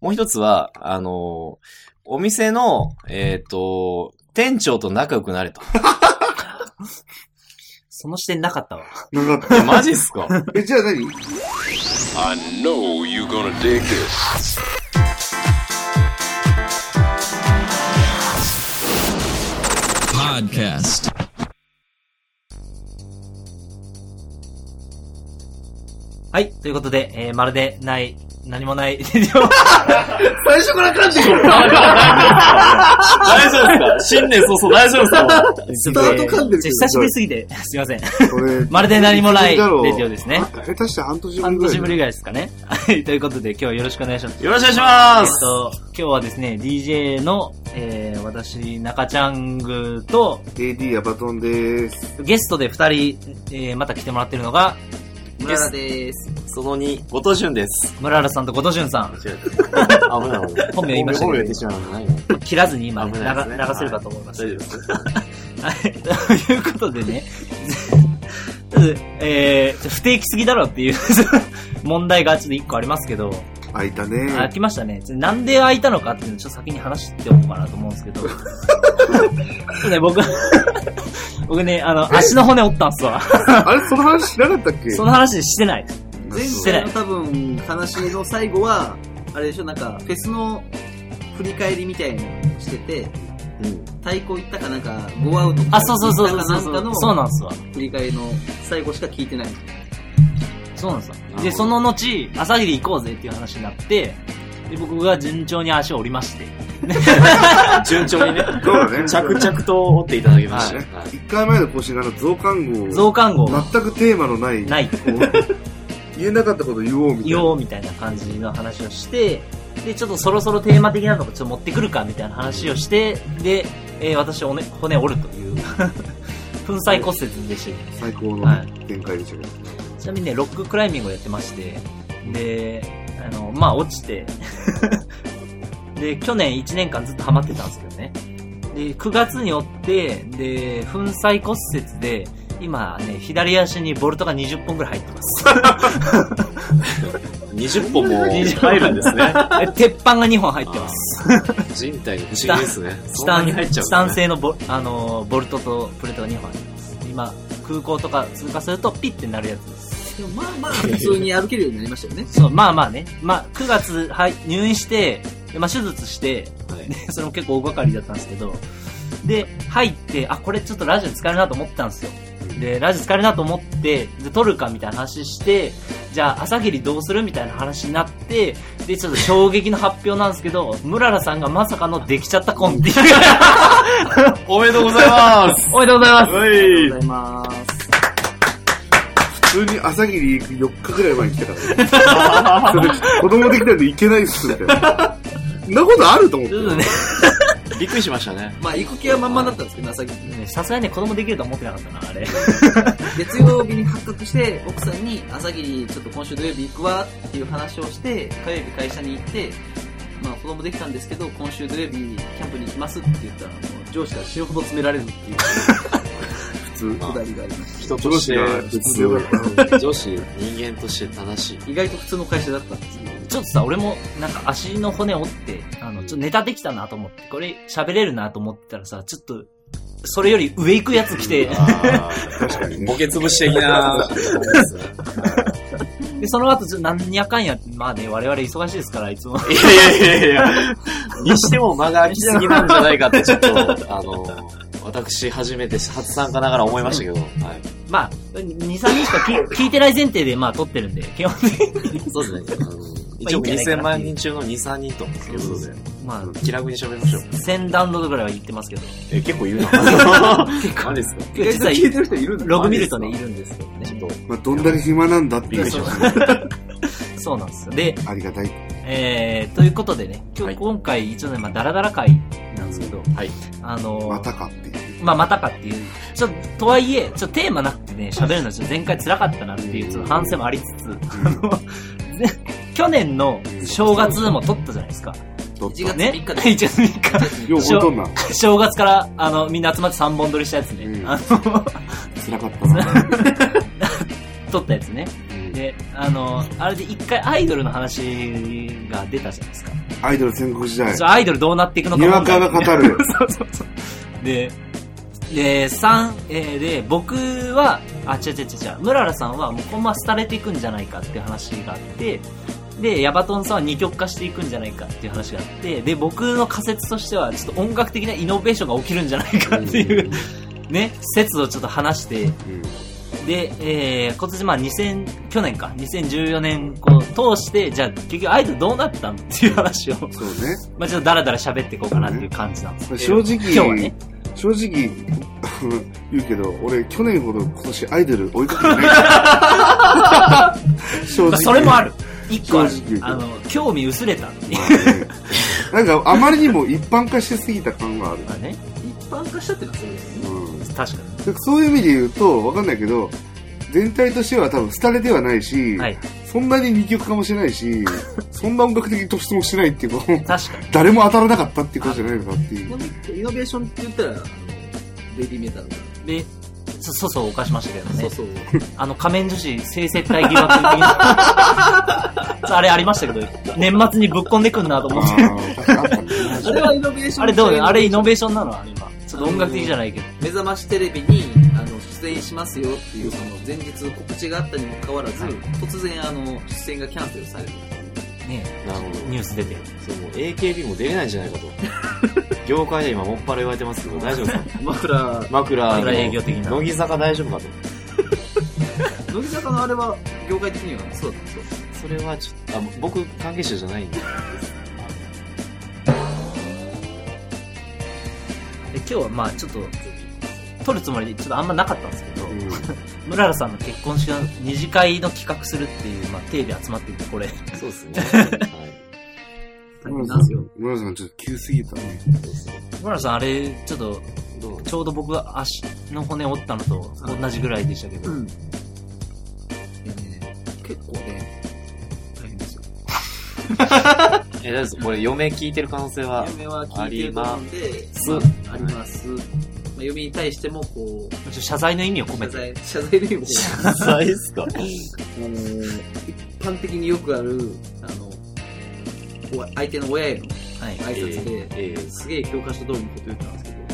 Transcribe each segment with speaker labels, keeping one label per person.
Speaker 1: もう一つは、あのーお店の、えっ、と、店長と仲良くなれと。
Speaker 2: その視点なかったわ。
Speaker 3: なんか
Speaker 1: えマジっす か
Speaker 3: え、じゃあ何
Speaker 4: I know you're gonna dig this.
Speaker 2: はい。ということで、えー、まるでない、何も ない、日常
Speaker 3: 最初から噛んでくる。
Speaker 1: 大丈夫ですか新年早々大丈夫ですか
Speaker 3: スタート噛んでるけど
Speaker 2: 久しぶりすぎて、すいません。
Speaker 3: これ
Speaker 2: まるで何もない、レ
Speaker 3: だろう
Speaker 2: ディオですね。
Speaker 3: 下手して半年ぶり
Speaker 2: 半
Speaker 3: ぐらい
Speaker 2: 年ぶりぐらいですかね。はい。ということで、今日よろしくお願いします。
Speaker 1: よろしくお願
Speaker 2: え
Speaker 1: い
Speaker 2: っ
Speaker 1: します
Speaker 2: と、今日はですね、DJ の、えー、私、中ちゃんぐと、
Speaker 3: AD アバトンです。
Speaker 2: ゲストで二人、えー、また来てもらってるのが、
Speaker 1: 村田
Speaker 2: です。
Speaker 1: その2、後藤潤です。
Speaker 2: 村原さんと後藤潤さん。
Speaker 1: 危ない危ない。
Speaker 2: 本名言いましたけど
Speaker 1: 本名言ってしまうのないの
Speaker 2: 切らずに今、
Speaker 1: 危
Speaker 2: 流
Speaker 1: ないですね
Speaker 2: 流せるかと思います。
Speaker 1: 大丈夫です。
Speaker 2: はい、ということでね、 ちょっとえー、不定期すぎだろっていう 問題がちょっと一個ありますけど、
Speaker 3: 開いたね。
Speaker 2: 開きましたね。ちょっとなんで開いたのかっていうのをちょっと先に話しておこうかなと思うんですけど、ちょ っとね、僕、 僕ね、あの、足の骨折ったんすわ。
Speaker 3: あれ、その話しなかったっけ
Speaker 2: その話してない。
Speaker 5: 前
Speaker 2: してな
Speaker 5: 回
Speaker 2: い
Speaker 5: の多分話の最後は、あれでしょ、なんかフェスの振り返りみたいなのをしてて、太鼓行ったかなんか、ゴーアウト
Speaker 2: あ、そうそうそうそう
Speaker 5: 行った
Speaker 2: そう
Speaker 5: か
Speaker 2: そ
Speaker 5: なんか
Speaker 2: う。
Speaker 5: の
Speaker 2: そうなんすわ。
Speaker 5: 振り返りの最後しか聞いてない。
Speaker 2: そうなんですよ
Speaker 1: ほど
Speaker 2: で、その後、朝霧行こうぜっていう話になって、で、僕が順調に足を折りまして。
Speaker 1: 順調にね、
Speaker 3: そうだね。
Speaker 1: 着々と折っていただきました。はい
Speaker 3: 一回前の更新なら増刊号。
Speaker 2: 増刊号、
Speaker 3: 全くテーマのない。
Speaker 2: ない。
Speaker 3: 言えなかったこと言おうみたいな。
Speaker 2: よーみたいな感じの話をして、で、ちょっとそろそろテーマ的なのもちょっと持ってくるかみたいな話をして、で、えー私お、ね、骨折るという、 粉砕骨折でして、
Speaker 3: 最高の展開でしたけど。
Speaker 2: ちなみにね、ロッククライミングをやってまして、で、あの、まあ、落ちて、 で、去年1年間ずっとハマってたんですけどね。で、9月に折って、で、粉砕骨折で、今ね、左足にボルトが20本ぐらい入ってます。
Speaker 1: 20本も入るんですね。
Speaker 2: え鉄板が2本入ってます。
Speaker 1: 人体の不思議ですね。
Speaker 2: チ
Speaker 1: そん
Speaker 2: タ
Speaker 1: な
Speaker 2: ン、
Speaker 1: に入っちゃう
Speaker 2: チ
Speaker 1: ん
Speaker 2: タ
Speaker 1: だ
Speaker 2: ン
Speaker 1: ね
Speaker 2: 製のボ,、あのーボルトとプレートが2本あります。今、空港とか通過するとピッてなるやつです。。
Speaker 5: でもまあまあ、普通に歩けるようになりましたよね
Speaker 2: そう、まあまあね。まあ、9月、はい、入院して、でまあ、手術して、
Speaker 1: はい
Speaker 2: でそれも結構大掛かりだったんですけど、で、入って、あ、これちょっとラジオ使えるなと思ったんですよ。で、ラジオ使えるなと思って、で、撮るかみたいな話して、じゃあ、朝霧どうするみたいな話になって、で、ちょっと衝撃の発表なんですけど、ムララさんがまさかのできちゃったコンっていう。
Speaker 1: おめでとうございます
Speaker 2: おめでとうございます。
Speaker 1: は
Speaker 5: あり
Speaker 1: い
Speaker 5: がとうございます。
Speaker 3: 普通に朝霧行く4日ぐらい前に来たから ね。それ子供できたんで行けないっす、みたいな。そんなことあると思っ
Speaker 2: ち
Speaker 3: て
Speaker 2: ょっ。とね、
Speaker 1: びっくりしましたね。
Speaker 5: まあ、行く気は満々だったんですけど、朝霧。
Speaker 2: ねさすがにね子供できると思ってなかったな、あ れ。
Speaker 5: 月曜日に発覚して、奥さんに朝霧、ちょっと今週土曜日行くわっていう話をして、火曜日会社に行って、まあ、子供できたんですけど、今週土曜日キャンプに行きますって言ったら、もう上司が死ぬほど詰められるっていう
Speaker 3: 普通。
Speaker 5: くだりがありまし
Speaker 1: 人と
Speaker 3: 上
Speaker 1: し
Speaker 3: 司が
Speaker 1: て、
Speaker 3: 必要だったな。
Speaker 1: 女子、人間として正しい。
Speaker 5: た。意外と普通の会社だったんですけど。
Speaker 2: ちょっとさ、俺もなんか足の骨折って、あの、ちょっとネタできたなと思って、これ喋れるなと思ってたらさ、ちょっと、それより上行くやつ来 て、
Speaker 3: 確かにね
Speaker 1: ボケ潰し的 な。
Speaker 2: で、その後ちょっとなんやかんやって、まあね、我々忙しいですから、いつも。
Speaker 1: いやいやいやいや。にしても間が空きすぎなんじゃないかって、ちょっと、あの、私、初めて、初参加ながら思いましたけど。はい。
Speaker 2: まあ、2、3人しか 聞聞いてない前提で、まあ撮ってる んで、基本的に。
Speaker 1: そうですね。あの一応2000万人中の2、3人ということで、
Speaker 2: まあ、
Speaker 1: 気楽に喋りましょう。
Speaker 2: 1000ダウンロードぐらいは言ってますけど、
Speaker 1: え、結構いる な。 何ですか
Speaker 2: 今日実は
Speaker 5: てる人いるん
Speaker 2: ログ見るとね、いるんですけどね。
Speaker 1: ちょっ
Speaker 3: まあ、どんだけ暇なんだっていう
Speaker 1: びっくりしま
Speaker 2: そう なんですよ。で、
Speaker 3: ありがたい。
Speaker 2: えー、ということでね、今
Speaker 1: は
Speaker 2: 日
Speaker 1: い
Speaker 2: 今回一応ね、まあ、ダラダラ会なんですけど、
Speaker 1: はい
Speaker 2: あのー
Speaker 3: またかっていう。
Speaker 2: まあ、またかっていう、ちょっと、とはいえ、ちょっとテーマなくてね、喋るのちょっと前回辛かったなっていう、ちょっと反省もありつつ、あの、 ね去年の正月も撮ったじゃないですか。
Speaker 3: と
Speaker 5: 1月
Speaker 2: ね。
Speaker 5: 3
Speaker 2: 1
Speaker 5: 日
Speaker 2: 月
Speaker 5: で
Speaker 2: 3日。
Speaker 3: よう覚えとんな。
Speaker 2: 正月から、あの、みんな集まって3本撮りしたやつね。
Speaker 3: うん
Speaker 2: あの、
Speaker 3: 辛かったな。
Speaker 2: 撮ったやつね。で、あの、あれで一回アイドルの話が出たじゃないですか。
Speaker 3: アイドル戦国時代
Speaker 2: そうアイドルどうなっていくのか
Speaker 3: にわかが語
Speaker 2: 問題
Speaker 3: る
Speaker 2: そうそうそう でで3、えーで僕はあ違う違う違う違うムララさんはもうこのまま廃れていくんじゃないかっていう話があってでヤバトンさんは二極化していくんじゃないかっていう話があってで僕の仮説としてはちょっと音楽的なイノベーションが起きるんじゃないかっていう、ね説をちょっと話して
Speaker 3: うん
Speaker 2: で、えー今年まあ2000去年か2014年こう通してじゃあ結局アイドルどうなったのっていう話を
Speaker 3: そうね
Speaker 2: まあちょっとダラダラ喋っていこうかなっていう感じなんですけど
Speaker 3: 正直、
Speaker 2: 今日はね
Speaker 3: 正直、 言うけど、俺、去年ほど今年アイドル追いかけて ない。正
Speaker 2: まあ
Speaker 3: 直。
Speaker 2: それもある。一個ある
Speaker 3: 正直言うと
Speaker 2: あの興味薄れたっていう
Speaker 3: まあねなんか、あまりにも一般化しすぎた感がある。
Speaker 2: のがね
Speaker 5: 一般化したっていうのはそうですね。
Speaker 3: う
Speaker 2: 確かに
Speaker 3: ん、でそういう意味で言うと、わかんないけど、全体としては多分、廃れではないし、
Speaker 2: はい
Speaker 3: そんなに二極化もしてないし、そんな音楽的突出もしてないっていうか、
Speaker 2: 確かに
Speaker 3: 誰も当たらなかったっていうことじゃないのかっていう。
Speaker 5: イノベーションって言ったら、あのベビーメタルが、
Speaker 2: でそそうそう犯しましたけどね
Speaker 5: そうそう。
Speaker 2: あの仮面女子性接待疑惑的な あれありましたけど年末にぶっこんでくんなと思って
Speaker 3: あ
Speaker 5: あれはイノベーション
Speaker 2: あれどうあれイノ
Speaker 5: ベ
Speaker 2: ベーションなのあれ今ちょっと音楽的じゃないけど
Speaker 5: 目覚ましテレビに、あの、出演しますよっていう、その、前日告知があったにもかかわらず、
Speaker 2: はい
Speaker 5: 突然、あの、出演がキャンセルされる。
Speaker 2: ね
Speaker 1: なるほど。
Speaker 2: ニュース出てる
Speaker 1: そう、もう AKB も出れないんじゃない かと。業界で今、もっぱら言われてますけど、大丈夫 ですか
Speaker 5: 枕、
Speaker 1: 枕の
Speaker 2: 枕営業的な
Speaker 1: 乃木坂大丈夫かと。
Speaker 5: 乃木坂のあれは、業界的にはそうだったんですよ。
Speaker 1: それはちょっと、あ、僕、関係者じゃないんで。
Speaker 2: で今日はまあちょっと撮るつもりでちょっとあんまなかったんですけど、
Speaker 3: うん
Speaker 2: ムララさんの結婚式の二次会の企画するっていう、まあ、テレビ集まってるんで、これ。
Speaker 1: そうですね。はい。
Speaker 5: なんですよ。
Speaker 3: 村さん、ちょっと急すぎたね。
Speaker 1: そうっすね
Speaker 2: ムララさん、あれ、ちょっと、
Speaker 1: どう
Speaker 2: ちょうど僕が足の骨折ったのと同じぐらいでしたけど、
Speaker 5: ん。いやね、結構ね、大変ですよ。
Speaker 1: え、大丈夫です。これ、嫁聞いてる可能性は、
Speaker 5: 嫁は聞いてると思うんで、
Speaker 1: す。
Speaker 5: あります。まあ、嫁に対しても、こう、
Speaker 2: ちょっと謝罪の意味を込め
Speaker 5: 謝
Speaker 2: て。
Speaker 5: 罪、 謝罪でも、
Speaker 1: ないっすか
Speaker 5: あのー一般的によくある、あの、お相手の親への
Speaker 2: はい。
Speaker 5: 挨拶で、
Speaker 1: えー
Speaker 5: すげえ教科書通りのこと言ったんですけど、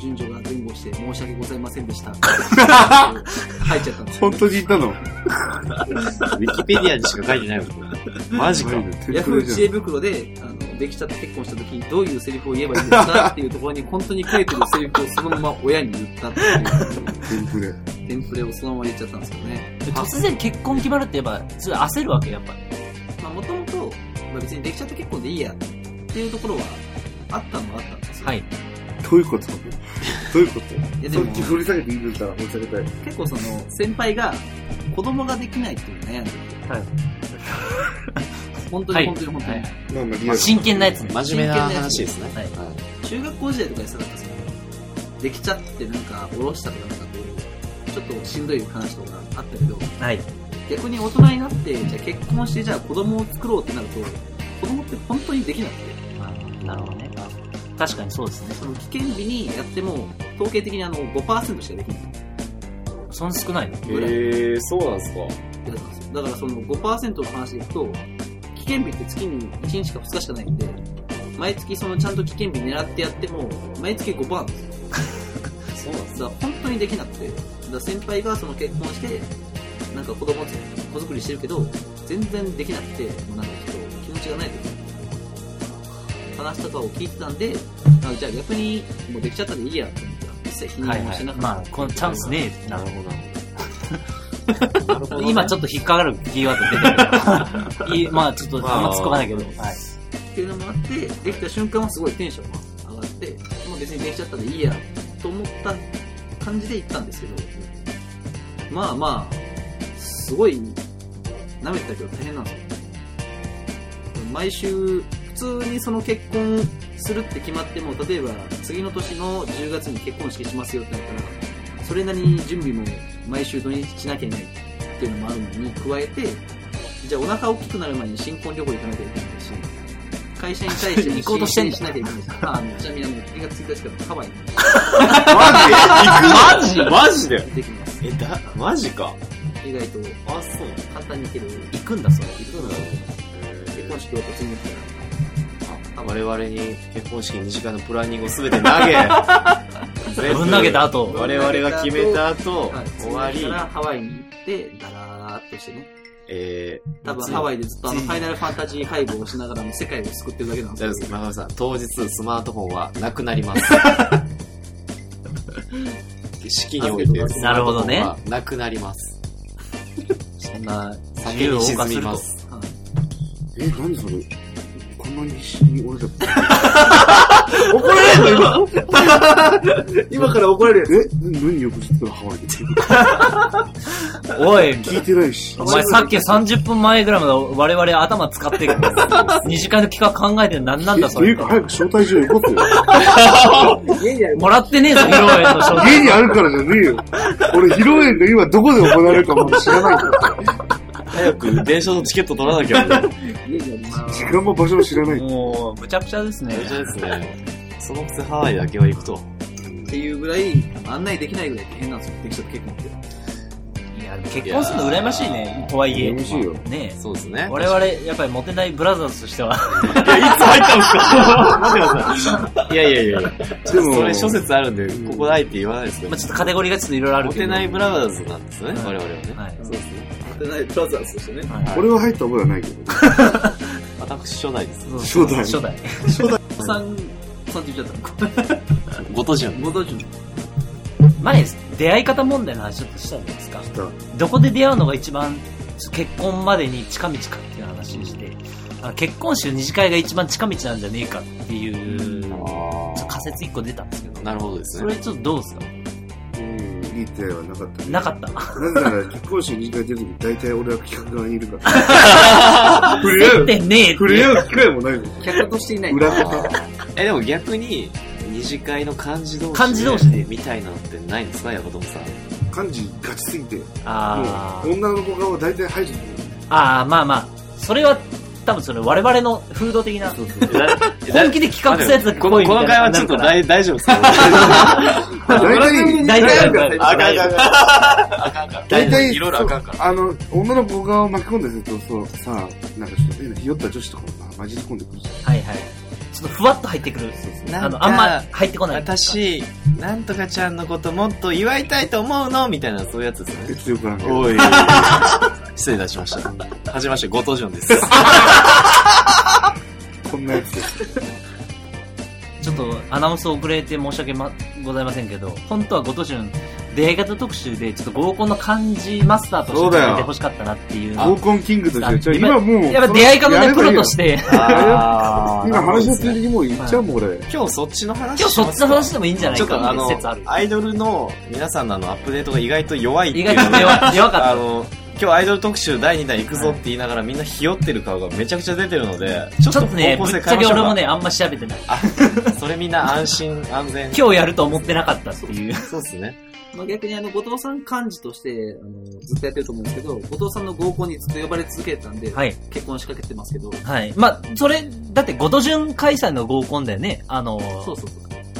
Speaker 5: 順序が前後して申し訳ございませんでした。入っちゃったんです よ
Speaker 3: 本。当に言ったの
Speaker 1: ウィキペディアにしか書いてないもん。マジか。
Speaker 5: ヤフー知恵袋で、あの、できちゃって結婚した時にどういうセリフを言えばいいんですかっていうところに本当に書いてるセリフをそのまま親に言ったっていう、
Speaker 3: テンプレ。
Speaker 5: テンプレをそのまま言っちゃったんですよね。
Speaker 2: 突然結婚決まるって言えば、ちょっと焦るわけ、やっぱり。
Speaker 5: まあ、もともと、まあ、別にできちゃって結婚でいいやっていうところはあったのはあったんですよ。
Speaker 2: はい。
Speaker 3: どういうことどういうこと
Speaker 5: いやで
Speaker 3: そ
Speaker 5: も
Speaker 3: っち掘り下げていいんだったら掘り下げたい。
Speaker 5: 結構その、先輩が子供ができないっていうのを悩んでて。
Speaker 2: はい
Speaker 5: 本当
Speaker 2: は
Speaker 5: に
Speaker 2: い
Speaker 5: 本当に本当に。
Speaker 2: は
Speaker 3: まあまあリアル
Speaker 2: 真剣なやつね。
Speaker 1: 真面目な話ですね。
Speaker 2: はい
Speaker 5: 中学校時代とかでさ、なんかその、できちゃってなんか、おろしたとかなんかこう、ちょっとしんどい話とかあったけど、
Speaker 2: はい。
Speaker 5: 逆に大人になって、じゃあ結婚して、じゃあ子供を作ろうってなると、子供って本当にできなくて。
Speaker 2: まあなるほどね。確かにそうですね。
Speaker 5: その危険日にやっても、統計的にあの5%しかできない。
Speaker 2: そんな少ないの
Speaker 5: ぐらい
Speaker 1: えー、そうなんですか。
Speaker 5: だからだからその5%の話でいくと、危険日って月に1日か2日しかないんで、毎月そのちゃんと危険日狙ってやっても、毎月5%なんですよ。 そうなんですだから本当にできなくて、だから先輩がその結婚して、なんか子供つ子作りしてるけど、全然できなくて、もうなんかちょっと気持ちがない時話とかを聞いてたんで、あじゃあ逆にもうできちゃったらいいやと思ったら、一切否
Speaker 2: はい
Speaker 5: 認も
Speaker 2: は
Speaker 5: し
Speaker 2: い。
Speaker 5: なかった。
Speaker 2: まあ、このチャンスねえなるほ ど。
Speaker 1: なるほどね
Speaker 2: 今ちょっと引っかかるキーワード出て るいい。まあちょっとあんま突っ込まないけど。 はい。
Speaker 5: っていうのもあって、できた瞬間はすごいテンションが上がって、もう別にできちゃったらいいやと思った感じで行ったんですけど、まあまあ、すごい舐めてたけど大変なんですよ。毎週、普通にその結婚するって決まっても、例えば次の年の10月に結婚式しますよってなったら、それなりに準備も毎週土日しなきゃいけないっていうのもあるのに加えて、じゃあお腹大きくなる前に新婚旅行行かなきゃいけないし、会社に対して
Speaker 2: 行こうとしてん
Speaker 5: 申
Speaker 2: の
Speaker 5: 請しなきゃいけないし、あのちなみにあの1月1日からハワイに
Speaker 1: マジマジで
Speaker 5: 行ってきます。
Speaker 1: え、だ、マジか。
Speaker 5: 意外と
Speaker 1: あ、そう。
Speaker 5: 簡単に行ける。
Speaker 2: 行くんだ、それ。
Speaker 5: 結婚婚式を突入みたいな。
Speaker 1: 我々に結婚式2時間のプランニングを全て投げ全部
Speaker 2: ぶん投げた後、
Speaker 1: 我々が決めた後、
Speaker 5: はい、
Speaker 1: 終わり
Speaker 5: 次の日からハワイに行って、ダラーっとしてね。
Speaker 1: えー、
Speaker 5: 多分ハワ
Speaker 1: イ
Speaker 5: イでずっとあの、ファイナルファンタジー5をしながらも世界を救ってるだけなんです
Speaker 1: 大丈夫
Speaker 5: よ
Speaker 1: です中村さん当日スマートフォンはなくなり ます式においてスマートフォンはなくなります
Speaker 2: そんな、自
Speaker 1: 酒
Speaker 2: 由を
Speaker 1: に
Speaker 2: 謳
Speaker 1: 沈
Speaker 2: 歌す
Speaker 1: み
Speaker 2: る
Speaker 1: ま
Speaker 2: と。
Speaker 1: す
Speaker 3: え、何それこんなに死に俺た
Speaker 2: 怒られるの今
Speaker 3: 今から怒られる。え何翌日のハワイで
Speaker 2: お い、
Speaker 3: 聞いてないし。
Speaker 2: お前さっき30分前ぐらいまで我々頭使ってるけど、2時間の企画考えて何なんだ
Speaker 3: え
Speaker 2: そ
Speaker 3: とい
Speaker 2: れ
Speaker 3: う。か早く招待状よこせよ。
Speaker 5: 家にある
Speaker 2: もらってねえぞ、披露宴の商
Speaker 3: 家にあるからじゃねえよ。俺、披露宴が今どこで行われるかも知らないから。
Speaker 1: 早く電車のチケット取らなき ゃめ
Speaker 5: 家にあります
Speaker 3: 時間も場所も知らない。
Speaker 2: もう、むちゃくちゃですね。
Speaker 1: ちゃですねそのくせハワイだけは行くと
Speaker 5: っていうぐらい、案内できないぐらい大変なんですよ。できちゃった結婚って。
Speaker 2: いや、結婚するの羨ましいね、とはいえ。
Speaker 3: 羨ましいよ
Speaker 2: ねえ
Speaker 1: そうですね
Speaker 2: 我々、やっぱりモテないブラザーズとしては、
Speaker 1: いやいつ入ったん ですか待ってくださいいやいやいやいや
Speaker 3: でも
Speaker 1: それ諸説あるんでここないって言わないですけ
Speaker 2: ま
Speaker 1: ど
Speaker 2: あちょっとカテゴリーがちょっといろいろある
Speaker 1: モ
Speaker 2: けど。
Speaker 1: テないブラザーズなんですね、
Speaker 2: うん
Speaker 1: 我々はね。
Speaker 2: はい
Speaker 1: そうですね。
Speaker 5: 勝てないブラザーズとしてね。
Speaker 2: はい
Speaker 3: 俺は入った覚えはないけど。
Speaker 1: 私、初代です。
Speaker 2: そう
Speaker 3: 初代
Speaker 2: 初代。
Speaker 5: さん、さんって言っちゃった。
Speaker 1: ごとじゅん。
Speaker 5: ご存知の
Speaker 2: 前、出会い方問題の話ちょっとしたじゃないですか。どこで出会うのが一番、結婚までに近道かっていう話をして、あの結婚式の二次会が一番近道なんじゃねえかっていう、ちょっと仮説一個出たんですけど、
Speaker 1: なるほどです
Speaker 2: そ
Speaker 1: ね
Speaker 2: れ。ちょっとどうですか
Speaker 3: うん、いい出会いはなかったね。
Speaker 2: なかった。
Speaker 3: なぜなら結婚式に回出るとき大体俺は企画側にいるか ら。触れ合
Speaker 2: 出
Speaker 3: う、
Speaker 2: てねえって
Speaker 3: 触れ
Speaker 2: いう。
Speaker 3: 合う機会もないの。
Speaker 5: 客としていない。
Speaker 3: 裏
Speaker 1: あ
Speaker 3: 方。
Speaker 1: ー え、でも逆に、二次会の漢字同士で。
Speaker 2: 漢字同士
Speaker 1: で。みたいなのってないんですか、ヤコトムさん。
Speaker 3: 漢字ガチすぎて、もう
Speaker 2: あー
Speaker 3: 女の子側は大体排除する。
Speaker 2: あー、まあまあ、それは、多分それ我々の風土的な、本気で企画したやつが
Speaker 1: この、
Speaker 2: 来いみ
Speaker 1: こ
Speaker 2: た
Speaker 1: の
Speaker 2: い
Speaker 1: 会
Speaker 2: な
Speaker 1: はちょっと大大丈夫ですか
Speaker 3: 大体、
Speaker 2: 大体
Speaker 1: あかんあかん。あかんあかん。
Speaker 3: 大体、
Speaker 1: いろいろあかんから。
Speaker 3: あの、女の子側を巻き込んだりすると、そう、さあ、なんかちょっと変なひよった女子とかもさ混じり込んでくるじゃん。
Speaker 2: はいはい。ちょっとふわっと入ってくる。あ
Speaker 1: なん
Speaker 2: の、あんま
Speaker 1: か、
Speaker 2: 入ってこない。
Speaker 1: 私、なんとかちゃんのこともっと祝いたいと思うのみたいな、そういうやつですね。
Speaker 3: 別力なんか。
Speaker 1: おい。 失礼いたしました。はじめまして、ご登場 です。
Speaker 3: こんなやつです。
Speaker 2: ちょっとアナウンス遅れて申し訳、ま、ございませんけど、本当はごとじゅん、出会い方特集で、ちょっと合コンの漢字マスターと
Speaker 3: そう
Speaker 2: して
Speaker 3: だよ
Speaker 2: やめてほしかったなっていう。
Speaker 3: 合コンキングとして、じゃあ
Speaker 2: 今
Speaker 3: 今もう、。
Speaker 2: やっぱ出会い方のね、プロとしてて、
Speaker 1: あー
Speaker 3: 今話をする時もう言っちゃうもん、俺。
Speaker 1: 今日そっちの話
Speaker 2: 今日そっちの話でもいいんじゃない
Speaker 1: ち
Speaker 2: か
Speaker 1: ょっ
Speaker 2: ってい
Speaker 1: とあ
Speaker 2: う
Speaker 1: の
Speaker 2: 説ある、。
Speaker 1: アイドルの皆さんのあのアップデートが意外と弱いってい
Speaker 2: 意
Speaker 1: う
Speaker 2: 外と弱弱か
Speaker 1: あ
Speaker 2: っ
Speaker 1: の、今日アイドル特集第2弾行くぞって言いながらみんなひよってる顔がめちゃくちゃ出てるので、ち
Speaker 2: た。ちょっとね、ぶっちゃけ俺もね、あんま調べてない。
Speaker 1: それみんな安心安全。
Speaker 2: 今日やると思ってなかったっていう。
Speaker 1: そうですね。
Speaker 5: まあ、逆にあの、後藤さん幹事として、あの、ずっとやってると思うんですけど、後藤さんの合コンにずっと呼ばれ続けてたんで、
Speaker 2: はい。
Speaker 5: 結婚仕掛けてますけど、
Speaker 2: はい。まあ、それ、だって、ごとじゅん開催の合コンだよね。あの、
Speaker 5: そうそうそう。